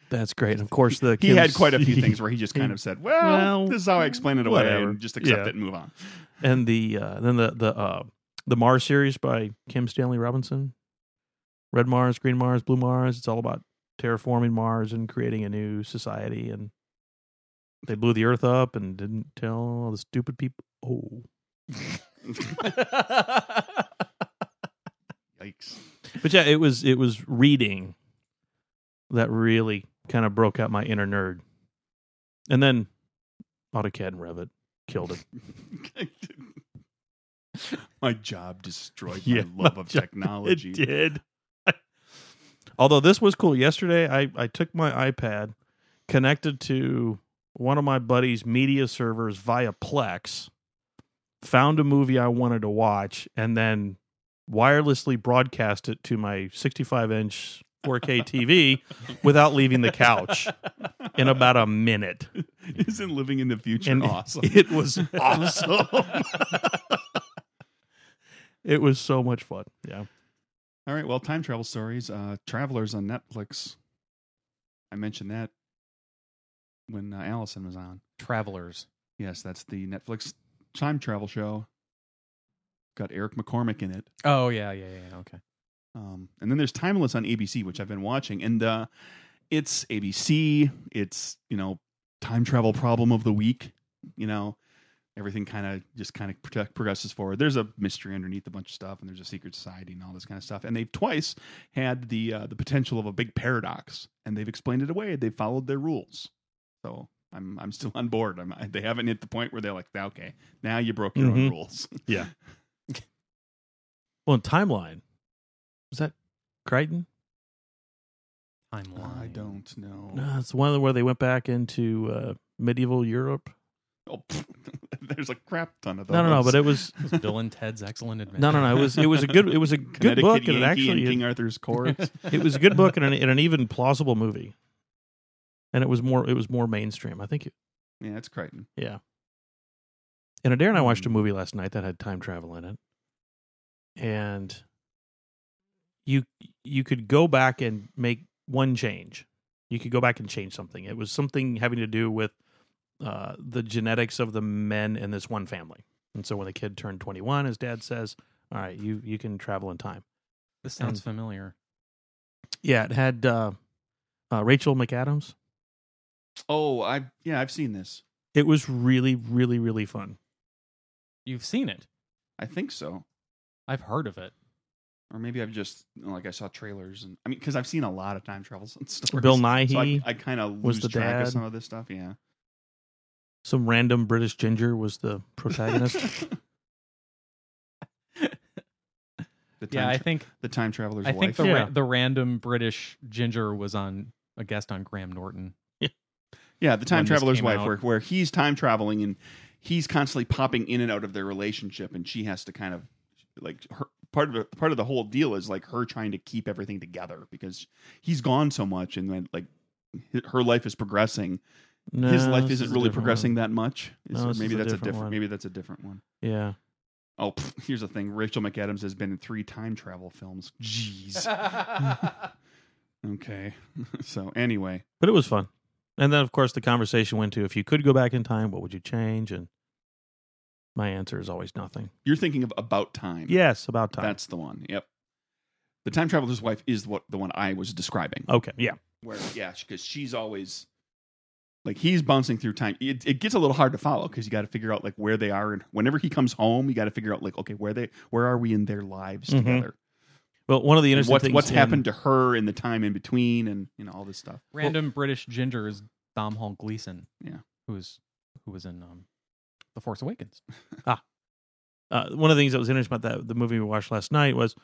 [SPEAKER 1] That's great. And of course, the
[SPEAKER 3] he
[SPEAKER 1] Kim
[SPEAKER 3] had quite a few
[SPEAKER 1] C-
[SPEAKER 3] things where he just kind of said, "Well,
[SPEAKER 1] Well,
[SPEAKER 3] this is how I explain it away,
[SPEAKER 1] whatever.
[SPEAKER 3] and just accept
[SPEAKER 1] Yeah.
[SPEAKER 3] it and move on."
[SPEAKER 1] and the uh, then the the uh, the Mars series by Kim Stanley Robinson, Red Mars, Green Mars, Blue Mars. It's all about terraforming Mars and creating a new society. And they blew the Earth up and didn't tell all the stupid people. Oh,
[SPEAKER 3] Yikes!
[SPEAKER 1] but yeah, it was it was reading that really kind of broke out my inner nerd. And then AutoCAD and Revit killed it.
[SPEAKER 3] my job destroyed
[SPEAKER 1] Yeah,
[SPEAKER 3] my love of
[SPEAKER 1] job-
[SPEAKER 3] technology.
[SPEAKER 1] It did. Although this was cool. Yesterday, I, I took my iPad, connected to one of my buddy's media servers via Plex, found a movie I wanted to watch, and then wirelessly broadcast it to my 65 inch 4K TV without leaving the couch in about a minute.
[SPEAKER 3] Isn't living in the future
[SPEAKER 1] And-
[SPEAKER 3] awesome?
[SPEAKER 1] It was awesome. it was so much fun. Yeah.
[SPEAKER 3] All right, well, time travel stories. Uh, Travelers on Netflix. I mentioned that when uh, Allison was on.
[SPEAKER 2] Travelers.
[SPEAKER 3] Yes, that's the Netflix time travel show. Got Eric McCormick in it.
[SPEAKER 2] Oh yeah, yeah, yeah. yeah, Okay.
[SPEAKER 3] Um, and then there's Timeless on ABC, which I've been watching, and uh, it's ABC. It's you know time travel problem of the week. You know everything kind of just kind of protect, progresses forward. There's a mystery underneath a bunch of stuff, and there's a secret society and all this kind of stuff. And they've twice had the uh, the potential of a big paradox, and they've explained it away. They followed their rules, so. I'm I'm still on board. I'm, I, they haven't hit the point where they're like, okay, now you broke your own
[SPEAKER 1] Mhm.
[SPEAKER 3] rules.
[SPEAKER 1] Well, in timeline, was that Crichton?
[SPEAKER 2] Timeline.
[SPEAKER 3] I don't know.
[SPEAKER 1] No, Uh, it's one of the where they went back into uh, medieval Europe.
[SPEAKER 3] Oh, there's a crap ton of those.
[SPEAKER 1] No, no, no. But it was
[SPEAKER 2] It was Bill and Ted's Excellent Adventure.
[SPEAKER 1] no, no, no. It was it was a good it was a good
[SPEAKER 3] Connecticut
[SPEAKER 1] book, and
[SPEAKER 3] Yankee
[SPEAKER 1] it
[SPEAKER 3] and
[SPEAKER 1] actually
[SPEAKER 3] King Arthur's Court.
[SPEAKER 1] it was a good book and an, and an even plausible movie. And it was more it was more mainstream. I think it,
[SPEAKER 3] yeah, it's Crichton.
[SPEAKER 1] yeah. And Adair and I watched a movie last night that had time travel in it, and you you could go back and make one change. You could go back and change something. It was something having to do with uh, the genetics of the men in this one family. And so when the kid turned twenty one, his dad says, "All right, you you can travel in time."
[SPEAKER 2] This sounds familiar.
[SPEAKER 1] Yeah, it had uh, uh, Rachel McAdams.
[SPEAKER 3] Oh, I yeah, I've seen this.
[SPEAKER 1] It was really, really, really fun.
[SPEAKER 2] You've seen it.
[SPEAKER 3] I think so,
[SPEAKER 2] I've heard of it.
[SPEAKER 3] or maybe I've just like I saw trailers and I mean because I've seen a lot of time travels and stories.
[SPEAKER 1] Bill Nighy,
[SPEAKER 3] so I, I kind of
[SPEAKER 1] was
[SPEAKER 3] lose
[SPEAKER 1] the
[SPEAKER 3] track of
[SPEAKER 1] dad.
[SPEAKER 3] some of this stuff. Yeah,
[SPEAKER 1] some random British ginger was the protagonist.
[SPEAKER 3] the time
[SPEAKER 2] Yeah, I
[SPEAKER 3] tra-
[SPEAKER 2] think
[SPEAKER 3] the time traveler's
[SPEAKER 2] I think
[SPEAKER 3] wife.
[SPEAKER 2] the
[SPEAKER 1] Yeah.
[SPEAKER 2] ra- the random British ginger was on a guest on Graham Norton.
[SPEAKER 3] yeah, the time
[SPEAKER 2] when this
[SPEAKER 3] traveler's
[SPEAKER 2] came
[SPEAKER 3] wife,
[SPEAKER 2] out-
[SPEAKER 3] where where he's time traveling and he's constantly popping in and out of their relationship, and she has to kind of like her part of the, part of the whole deal is like her trying to keep everything together because he's gone so much, and then like hi- her life is progressing.
[SPEAKER 1] No,
[SPEAKER 3] His life
[SPEAKER 1] this
[SPEAKER 3] isn't
[SPEAKER 1] is a
[SPEAKER 3] really
[SPEAKER 1] different
[SPEAKER 3] progressing that much. Is
[SPEAKER 1] No,
[SPEAKER 3] there-
[SPEAKER 1] this is
[SPEAKER 3] maybe
[SPEAKER 1] a
[SPEAKER 3] that's a
[SPEAKER 1] different
[SPEAKER 3] different.
[SPEAKER 1] one.
[SPEAKER 3] Maybe that's a different one.
[SPEAKER 1] one. Yeah.
[SPEAKER 3] Oh, pff, here's the thing. Rachel McAdams has been in three time travel films. Jeez. okay. so anyway,
[SPEAKER 1] But it was fun. And then, of course, the conversation went to if you could go back in time, what would you change? And my answer is always nothing.
[SPEAKER 3] you're thinking of about time.
[SPEAKER 1] Yes, about time.
[SPEAKER 3] That's the one. Yep. The time traveler's wife is what the one I was describing.
[SPEAKER 1] okay. Yeah.
[SPEAKER 3] Where yeah, because she's always like he's bouncing through time. It, it gets a little hard to follow because you got to figure out like where they are, and whenever he comes home, you got to figure out like okay, where they where are we in their lives
[SPEAKER 1] Mhm.
[SPEAKER 3] together?
[SPEAKER 1] Well, one of the
[SPEAKER 3] And
[SPEAKER 1] interesting
[SPEAKER 3] what's
[SPEAKER 1] things
[SPEAKER 3] what's
[SPEAKER 1] in-
[SPEAKER 3] happened to her in the time in between, and you know all this stuff.
[SPEAKER 2] Random British ginger is Dom Hall Gleason.
[SPEAKER 3] Yeah.
[SPEAKER 2] Who is who was in um The Force Awakens.
[SPEAKER 1] uh, one of the things that was interesting about that the movie we watched last night was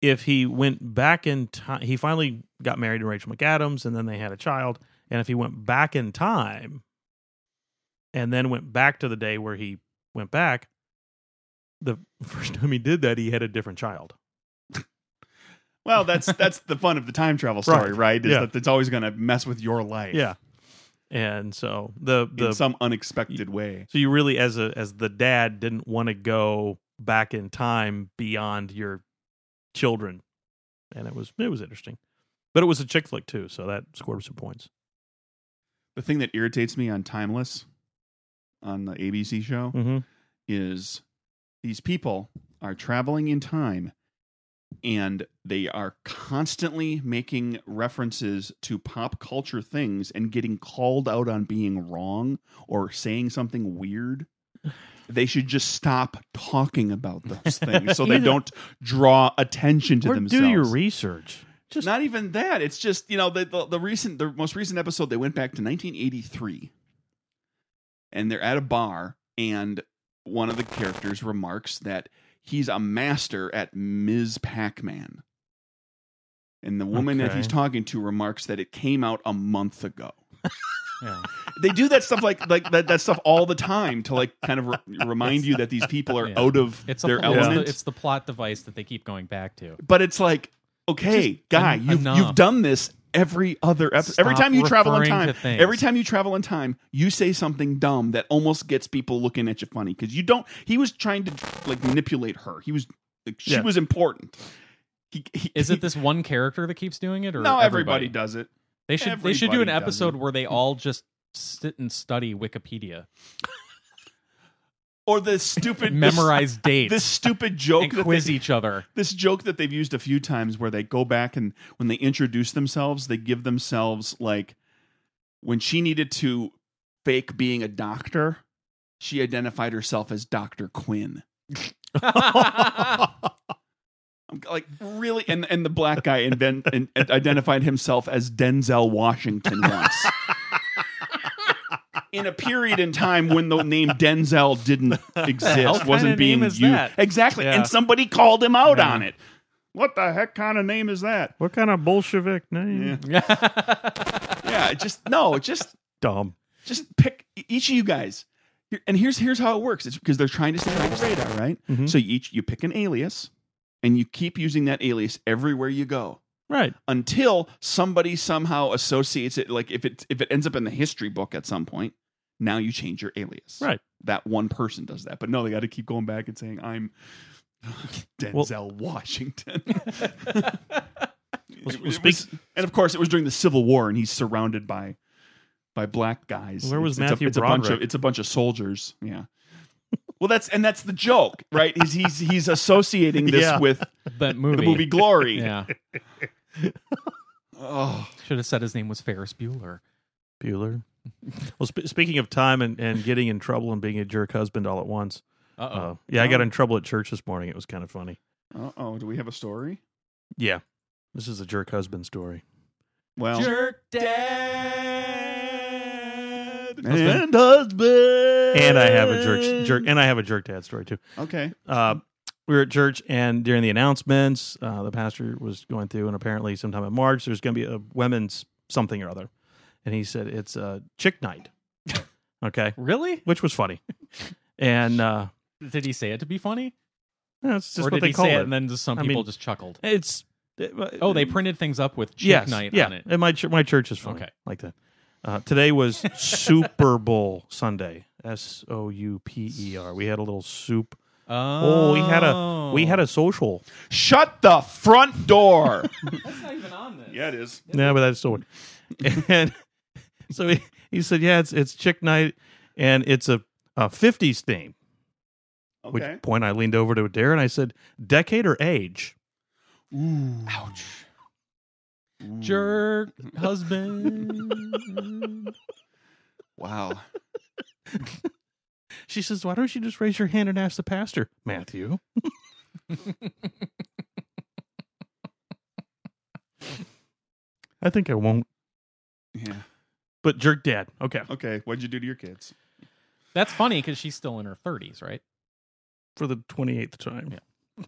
[SPEAKER 1] if he went back in time, he finally got married to Rachel McAdams, and then they had a child. And if he went back in time, and then went back to the day where he went back, the first time he did that, he had a different child.
[SPEAKER 3] Well, that's that's the fun of the time travel story, right?
[SPEAKER 1] Right.
[SPEAKER 3] Is
[SPEAKER 1] Yeah.
[SPEAKER 3] that it's always going to mess with your life,
[SPEAKER 1] Yeah, and so the
[SPEAKER 3] in
[SPEAKER 1] the
[SPEAKER 3] some unexpected way.
[SPEAKER 1] so you really as a as the dad didn't want to go back in time beyond your children and it was it was interesting but it was a chick flick too so that scored some points
[SPEAKER 3] The thing that irritates me on Timeless, on the ABC show,
[SPEAKER 1] mm-hmm.
[SPEAKER 3] is these people are traveling in time and they are constantly making references to pop culture things and getting called out on being wrong or saying something weird. They should just stop talking about those things so they
[SPEAKER 1] Either-
[SPEAKER 3] don't draw attention to
[SPEAKER 1] or
[SPEAKER 3] themselves.
[SPEAKER 1] do your research just
[SPEAKER 3] Not even that. It's just you know the, the the recent the most recent episode they went back to 1983, and they're at a bar, and one of the characters remarks that he's a master at Ms. Pac-Man, and the woman that
[SPEAKER 1] Okay.
[SPEAKER 3] he's talking to remarks that it came out a month ago.
[SPEAKER 1] Yeah.
[SPEAKER 3] they do that stuff like like that, that stuff all the time to like kind of re- remind you that these people are
[SPEAKER 2] Yeah.
[SPEAKER 3] out of
[SPEAKER 2] It's a
[SPEAKER 3] their
[SPEAKER 2] pl- it's the-
[SPEAKER 3] element.
[SPEAKER 2] It's, the plot device that they keep going back to.
[SPEAKER 3] but it's like, okay, guy,
[SPEAKER 2] en-
[SPEAKER 3] you've
[SPEAKER 2] enough.
[SPEAKER 3] you've done this every other episode. Every
[SPEAKER 2] Stop
[SPEAKER 3] time you travel in
[SPEAKER 2] referring
[SPEAKER 3] time,
[SPEAKER 2] to things.
[SPEAKER 3] every time you travel in time, you say something dumb that almost gets people looking at you funny because you don't. He was trying to like manipulate her. He was like she
[SPEAKER 1] Yeah.
[SPEAKER 3] was important. He, he,
[SPEAKER 2] Is it
[SPEAKER 3] he-
[SPEAKER 2] this one character that keeps doing it, or
[SPEAKER 3] no? Everybody,
[SPEAKER 2] everybody?
[SPEAKER 3] does it.
[SPEAKER 2] They should they should do an
[SPEAKER 3] Everybody does
[SPEAKER 2] episode
[SPEAKER 3] it.
[SPEAKER 2] where they all just sit and study Wikipedia,
[SPEAKER 3] Or this stupid
[SPEAKER 2] memorize
[SPEAKER 3] this,
[SPEAKER 2] dates,
[SPEAKER 3] this stupid joke
[SPEAKER 2] and
[SPEAKER 3] that
[SPEAKER 2] quiz
[SPEAKER 3] they-
[SPEAKER 2] each other.
[SPEAKER 3] this joke that they've used a few times where they go back and when they introduce themselves, they give themselves like when she needed to fake being a doctor, she identified herself as Dr. Quinn. I'm like really and and the black guy invent and, and identified himself as Denzel Washington once. In a period in time when the name Denzel didn't
[SPEAKER 2] hell
[SPEAKER 3] exist,
[SPEAKER 2] kinda
[SPEAKER 3] wasn't being
[SPEAKER 2] name is
[SPEAKER 3] used
[SPEAKER 2] that?
[SPEAKER 3] exactly,
[SPEAKER 2] Yeah.
[SPEAKER 3] and somebody called him out
[SPEAKER 2] Yeah.
[SPEAKER 3] on it. What the heck kind of name is that?
[SPEAKER 1] What kind of Bolshevik name?
[SPEAKER 3] Yeah.
[SPEAKER 2] yeah,
[SPEAKER 3] yeah just no just
[SPEAKER 1] Dumb.
[SPEAKER 3] just pick e-, each of you guys Here- and here's here's how it works it's because they're trying to stay on the radar right
[SPEAKER 1] Mhm.
[SPEAKER 3] so each you pick an alias and you keep using that alias everywhere you go
[SPEAKER 1] Right.
[SPEAKER 3] until somebody somehow associates it like if it if it ends up in the history book at some point now you change your alias
[SPEAKER 1] Right.
[SPEAKER 3] that one person does that but no they got to keep going back and saying i'm Denzel Washington.
[SPEAKER 1] Well,
[SPEAKER 3] It was-
[SPEAKER 1] speak-
[SPEAKER 3] and of course, it was during the Civil War, and he's surrounded by by black guys.
[SPEAKER 1] Where was
[SPEAKER 3] it's,
[SPEAKER 1] Matthew
[SPEAKER 3] It's a, it's a bunch of
[SPEAKER 1] Broderick?
[SPEAKER 3] it's a bunch of soldiers. Yeah. Well, that's and that's the joke, right? Is he's he's associating this
[SPEAKER 1] Yeah.
[SPEAKER 3] with
[SPEAKER 2] that movie.
[SPEAKER 3] the movie Glory.
[SPEAKER 2] Yeah,
[SPEAKER 3] Oh,
[SPEAKER 2] should have said his name was Ferris Bueller.
[SPEAKER 1] Bueller. Well, sp- speaking of time and, and getting in trouble and being a jerk husband all at once.
[SPEAKER 2] Uh
[SPEAKER 1] Uh, yeah, I got
[SPEAKER 3] Oh.
[SPEAKER 1] in trouble at church this morning. It was kind of funny.
[SPEAKER 3] uh oh. Do we have a story?
[SPEAKER 1] Yeah. This is a jerk husband story.
[SPEAKER 3] Well,
[SPEAKER 2] oh, jerk dad.
[SPEAKER 3] and husband,
[SPEAKER 1] And I have a jerk jerk and I have a jerk dad story too.
[SPEAKER 3] Okay.
[SPEAKER 1] uh, we were at church, and during the announcements, uh, the pastor was going through, and apparently, sometime in March, there's going to be a women's something or other, and he said it's a chick night, okay,
[SPEAKER 2] Really?
[SPEAKER 1] which was funny, and uh,
[SPEAKER 2] Did he say it to be funny,
[SPEAKER 1] that's just what
[SPEAKER 2] or did
[SPEAKER 1] they
[SPEAKER 2] he
[SPEAKER 1] call
[SPEAKER 2] say it?
[SPEAKER 1] it.
[SPEAKER 2] and then just some
[SPEAKER 1] I
[SPEAKER 2] people
[SPEAKER 1] mean-
[SPEAKER 2] just chuckled?
[SPEAKER 1] It's
[SPEAKER 2] Oh, they printed things up with chick
[SPEAKER 1] yes,
[SPEAKER 2] night
[SPEAKER 1] yeah,
[SPEAKER 2] on it.
[SPEAKER 1] and my chur- my church is funny
[SPEAKER 2] Okay.
[SPEAKER 1] like that. Uh, today was Super Bowl Sunday, S O U P E R. We had a little soup.
[SPEAKER 2] Oh,
[SPEAKER 1] we had a we had a social.
[SPEAKER 3] Shut the front door.
[SPEAKER 2] That's not even on this.
[SPEAKER 3] yeah, it is.
[SPEAKER 1] Yeah, but that's still one. And so he, he said, "Yeah, it's it's chick night, and it's a, a '50s theme."
[SPEAKER 3] Okay.
[SPEAKER 1] Which point I leaned over to Adair and I said, "Decade or age?"
[SPEAKER 3] Ooh. Ouch.
[SPEAKER 2] Jerk husband.
[SPEAKER 3] Wow.
[SPEAKER 1] She says, "Why don't you just raise your hand and ask the pastor, Matthew?" I think I won't.
[SPEAKER 3] Yeah.
[SPEAKER 1] But jerk dad. Okay,
[SPEAKER 3] Okay. What'd you do to your kids?
[SPEAKER 2] That's funny because she's still in her thirties, right?
[SPEAKER 1] for the twenty eighth time.
[SPEAKER 2] Yeah.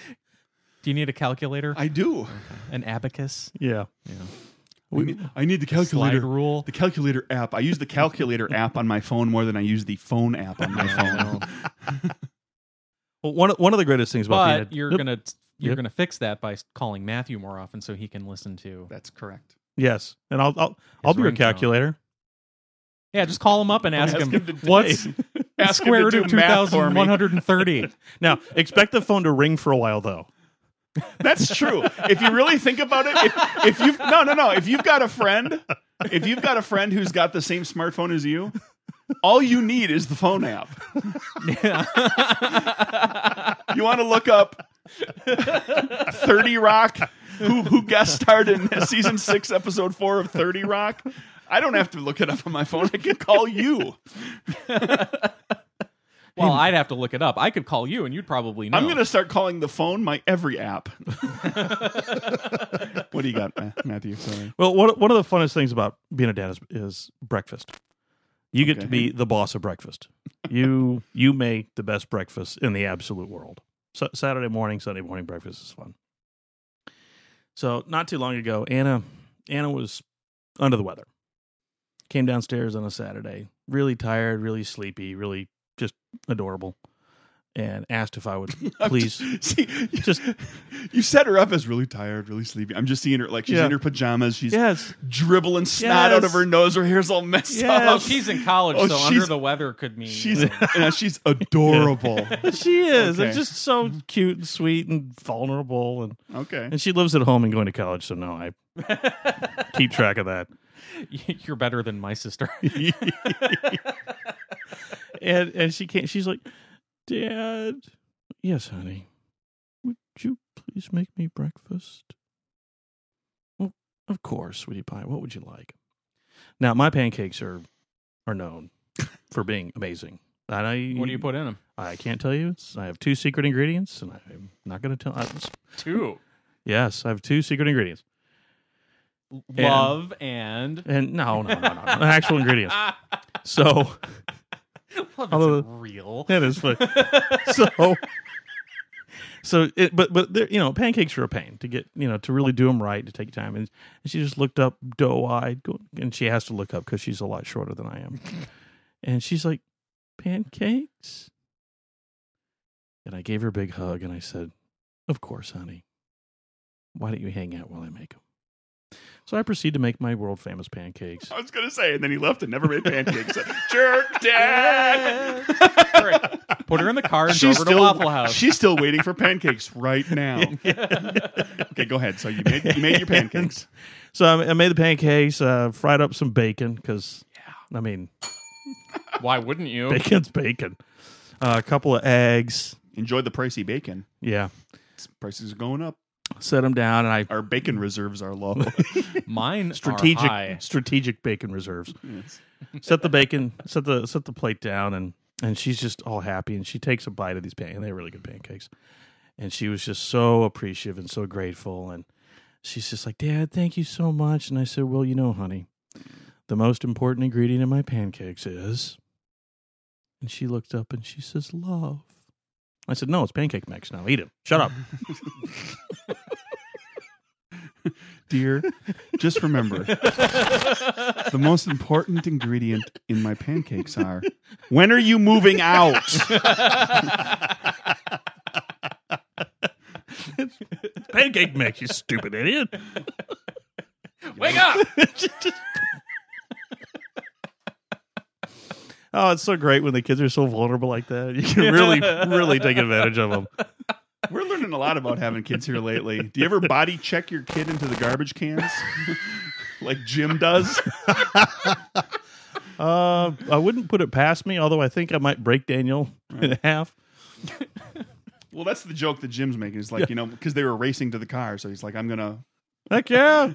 [SPEAKER 2] Do you need a calculator?
[SPEAKER 3] I do.
[SPEAKER 2] An abacus?
[SPEAKER 1] Yeah.
[SPEAKER 2] Yeah.
[SPEAKER 3] I
[SPEAKER 1] We,
[SPEAKER 3] need, I need the
[SPEAKER 2] Slide
[SPEAKER 3] calculator.
[SPEAKER 2] rule?
[SPEAKER 3] The calculator app. I use the calculator app on my phone more than I use the phone app on my phone.
[SPEAKER 1] well, one of- one of the greatest things about being
[SPEAKER 2] But
[SPEAKER 1] a-
[SPEAKER 2] you're
[SPEAKER 1] Nope.
[SPEAKER 2] gonna you're
[SPEAKER 1] Yep.
[SPEAKER 2] gonna fix that by calling Matthew more often so he can listen to.
[SPEAKER 3] That's correct.
[SPEAKER 1] yes, and I'll I'll, I'll be your
[SPEAKER 2] ringtone.
[SPEAKER 1] calculator.
[SPEAKER 2] Yeah, just call him up and ask, him,
[SPEAKER 3] to-
[SPEAKER 2] what's
[SPEAKER 3] ask him
[SPEAKER 2] square
[SPEAKER 3] to
[SPEAKER 2] root
[SPEAKER 3] do
[SPEAKER 2] of
[SPEAKER 3] math for me.
[SPEAKER 2] 2130?
[SPEAKER 1] Now, expect the phone to ring for a while, though.
[SPEAKER 3] That's true. If you really think about it, if, if you've no, no, no, if you've got a friend, if you've got a friend who's got the same smartphone as you, all you need is the phone app. You want to look up Thirty Rock, who who guest starred in season six, episode four of Thirty Rock. I don't have to look it up on my phone. I can call you.
[SPEAKER 2] Well, I'd have to look it up. I could call you and you'd probably know.
[SPEAKER 3] I'm going to start calling the phone my every app. what do you got, Ma- Matthew? Sorry.
[SPEAKER 1] Well, one, one of the funnest things about being a dad is, is breakfast. You get to
[SPEAKER 3] Okay.
[SPEAKER 1] be the boss of breakfast. You you make the best breakfast in the absolute world. Sa- Saturday morning, Sunday morning breakfast is fun. So not too long ago, Anna Anna was under the weather. Came downstairs on a Saturday, really tired, really sleepy, really just adorable, and asked if I would please.
[SPEAKER 3] See,
[SPEAKER 1] Just-
[SPEAKER 3] just you set her up as really tired, really sleepy. I'm just seeing her like she's
[SPEAKER 1] Yeah.
[SPEAKER 3] in her pajamas. She's
[SPEAKER 1] yes,
[SPEAKER 3] dribbling snot out of
[SPEAKER 1] Yes.
[SPEAKER 3] her nose. Her hair's all messed
[SPEAKER 2] Well,
[SPEAKER 1] Yes.
[SPEAKER 3] up.
[SPEAKER 2] she's in college,
[SPEAKER 3] Oh,
[SPEAKER 2] so under
[SPEAKER 3] she's-
[SPEAKER 2] the weather could mean
[SPEAKER 3] She's
[SPEAKER 2] you know,
[SPEAKER 3] and she's adorable.
[SPEAKER 1] she is.
[SPEAKER 3] Okay.
[SPEAKER 1] It's just so cute and sweet and vulnerable, and
[SPEAKER 3] okay.
[SPEAKER 1] and she lives at home and going to college. So no, I keep track of that.
[SPEAKER 2] you're better than my sister.
[SPEAKER 1] and and she can't. She's like, Dad, yes, honey, would you please make me breakfast? Well, of course, sweetie pie. What would you like? Now, my pancakes are are known for being amazing. And I,
[SPEAKER 2] what do you put in them?
[SPEAKER 1] I can't tell you. It's, I have two secret ingredients, and I'm not going to tell. I,
[SPEAKER 2] Two.
[SPEAKER 1] yes, I have two secret ingredients,
[SPEAKER 2] Love and
[SPEAKER 1] and no, no, no, no, no actual ingredients. So
[SPEAKER 2] love
[SPEAKER 1] Although-
[SPEAKER 2] isn't real.
[SPEAKER 1] that is funny. so so it, but but there- you know pancakes are a pain to get you know to really do them right to take time and, and she just looked up doe-eyed go- and she has to look up because she's a lot shorter than i am and she's like pancakes and i gave her a big hug and i said of course honey why don't you hang out while i make them so i proceed to make my world famous pancakes
[SPEAKER 3] I was gonna say, and then he left and never made pancakes. Jerk, dad.
[SPEAKER 2] Great. Put her in the car and
[SPEAKER 3] She's
[SPEAKER 2] drove her to Waffle
[SPEAKER 3] still
[SPEAKER 2] House.
[SPEAKER 3] she's still waiting for pancakes right now. Okay, go ahead. So you made you made your pancakes.
[SPEAKER 1] so i, I made the pancakes uh, fried up some bacon because i mean
[SPEAKER 2] Why wouldn't you?
[SPEAKER 1] bacon's bacon. Uh, a couple of eggs.
[SPEAKER 3] Enjoy the pricey bacon.
[SPEAKER 1] Yeah.
[SPEAKER 3] Prices are going up.
[SPEAKER 1] Set them down, and I
[SPEAKER 3] Our bacon reserves are low.
[SPEAKER 2] Mine
[SPEAKER 1] strategic
[SPEAKER 2] Are high.
[SPEAKER 1] strategic bacon reserves.
[SPEAKER 3] Yes.
[SPEAKER 1] Set the bacon, set the set the plate down, and and she's just all happy, and she takes a bite of these pancakes. They're really good pancakes, and she was just so appreciative and so grateful, and she's just like, "Dad, thank you so much." And I said, "Well, you know, honey, the most important ingredient in my pancakes is," and she looked up and she says, "Love." I said, "No, it's pancake mix. Now eat it. Shut up."
[SPEAKER 3] Dear, just remember the most important ingredient in my pancakes are when are you moving out?
[SPEAKER 1] pancake mix, you stupid idiot.
[SPEAKER 2] Wake up!
[SPEAKER 1] Oh, it's so great when the kids are so vulnerable like that. You can really, really take advantage of them.
[SPEAKER 3] We're learning a lot about having kids here lately. Do you ever body check your kid into the garbage cans? like Jim does?
[SPEAKER 1] Uh, I wouldn't put it past me, although I think I might break Daniel in half.
[SPEAKER 3] Well, that's the joke that Jim's making. It's like, you know, because they were racing to the car, so he's like, I'm gonna
[SPEAKER 1] Heck yeah.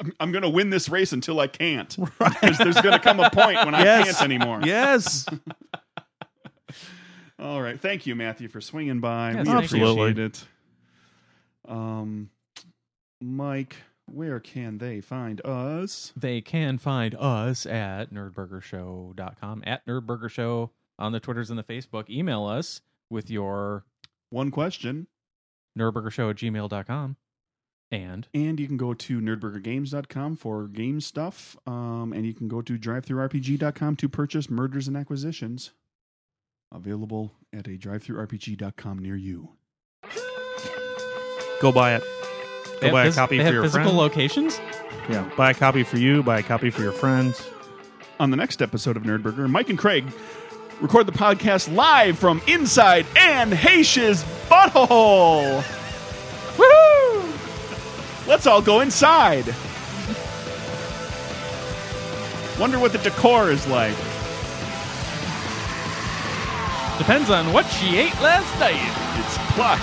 [SPEAKER 3] I'm, I'm gonna win this race until I can't. Because there's gonna come a point when I
[SPEAKER 1] Yes.
[SPEAKER 3] can't anymore.
[SPEAKER 1] Yes.
[SPEAKER 3] All right. Thank you, Matthew, for swinging by.
[SPEAKER 2] Yes,
[SPEAKER 3] we
[SPEAKER 2] thank
[SPEAKER 1] you.
[SPEAKER 3] appreciate it. Um, Mike, where can they find us?
[SPEAKER 2] they can find us at nerdburgershow.com, at nerdburgershow on the Twitters and the Facebook. Email us with your
[SPEAKER 3] One question.
[SPEAKER 2] nerdburgershow at gmail.com. And
[SPEAKER 3] And you can go to nerdburgergames.com for game stuff. Um, and you can go to drivethroughrpg.com to purchase Murders and Acquisitions. Available at a drivethroughrpg.com near you.
[SPEAKER 1] Go buy it.
[SPEAKER 2] they
[SPEAKER 1] Go
[SPEAKER 2] have
[SPEAKER 1] buy a
[SPEAKER 2] phys-
[SPEAKER 1] copy
[SPEAKER 2] they
[SPEAKER 1] for
[SPEAKER 2] have
[SPEAKER 1] your
[SPEAKER 2] physical
[SPEAKER 1] friends.
[SPEAKER 2] locations.
[SPEAKER 1] yeah. Buy a copy for you. Buy a copy for your friends.
[SPEAKER 3] On the next episode of Nerdburger, Mike and Craig record the podcast live from inside Anne Heche's butthole. Woo! Let's all go inside. Wonder what the decor is like.
[SPEAKER 2] Depends on what she ate last night.
[SPEAKER 3] It's plush.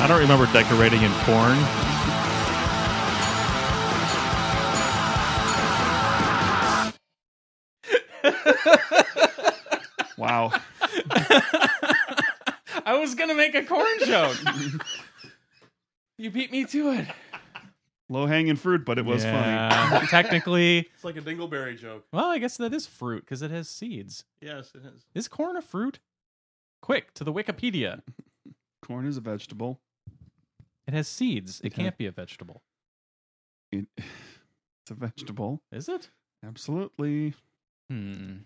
[SPEAKER 1] I don't remember decorating in corn.
[SPEAKER 3] Wow.
[SPEAKER 2] I was going to make a corn joke. you beat me to it.
[SPEAKER 3] Low hanging fruit, but it was funny.
[SPEAKER 2] funny. Technically,
[SPEAKER 1] It's like a dingleberry joke.
[SPEAKER 2] well, I guess that is fruit because it has seeds.
[SPEAKER 1] Yes, it is.
[SPEAKER 2] Is corn a fruit? Quick to the Wikipedia.
[SPEAKER 3] Corn is a vegetable.
[SPEAKER 2] It has seeds. It
[SPEAKER 3] Okay.
[SPEAKER 2] can't be a vegetable.
[SPEAKER 3] It, it's a vegetable.
[SPEAKER 2] Is it?
[SPEAKER 3] Absolutely.
[SPEAKER 2] Hmm.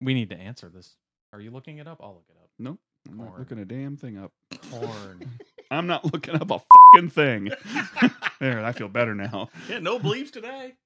[SPEAKER 2] We need to answer this. Are you looking it up? I'll look it up.
[SPEAKER 3] I'm not
[SPEAKER 2] Corn.
[SPEAKER 3] looking a damn thing up.
[SPEAKER 2] Corn.
[SPEAKER 3] I'm not looking up a fucking thing. there, I feel better now.
[SPEAKER 1] Yeah, no beliefs today.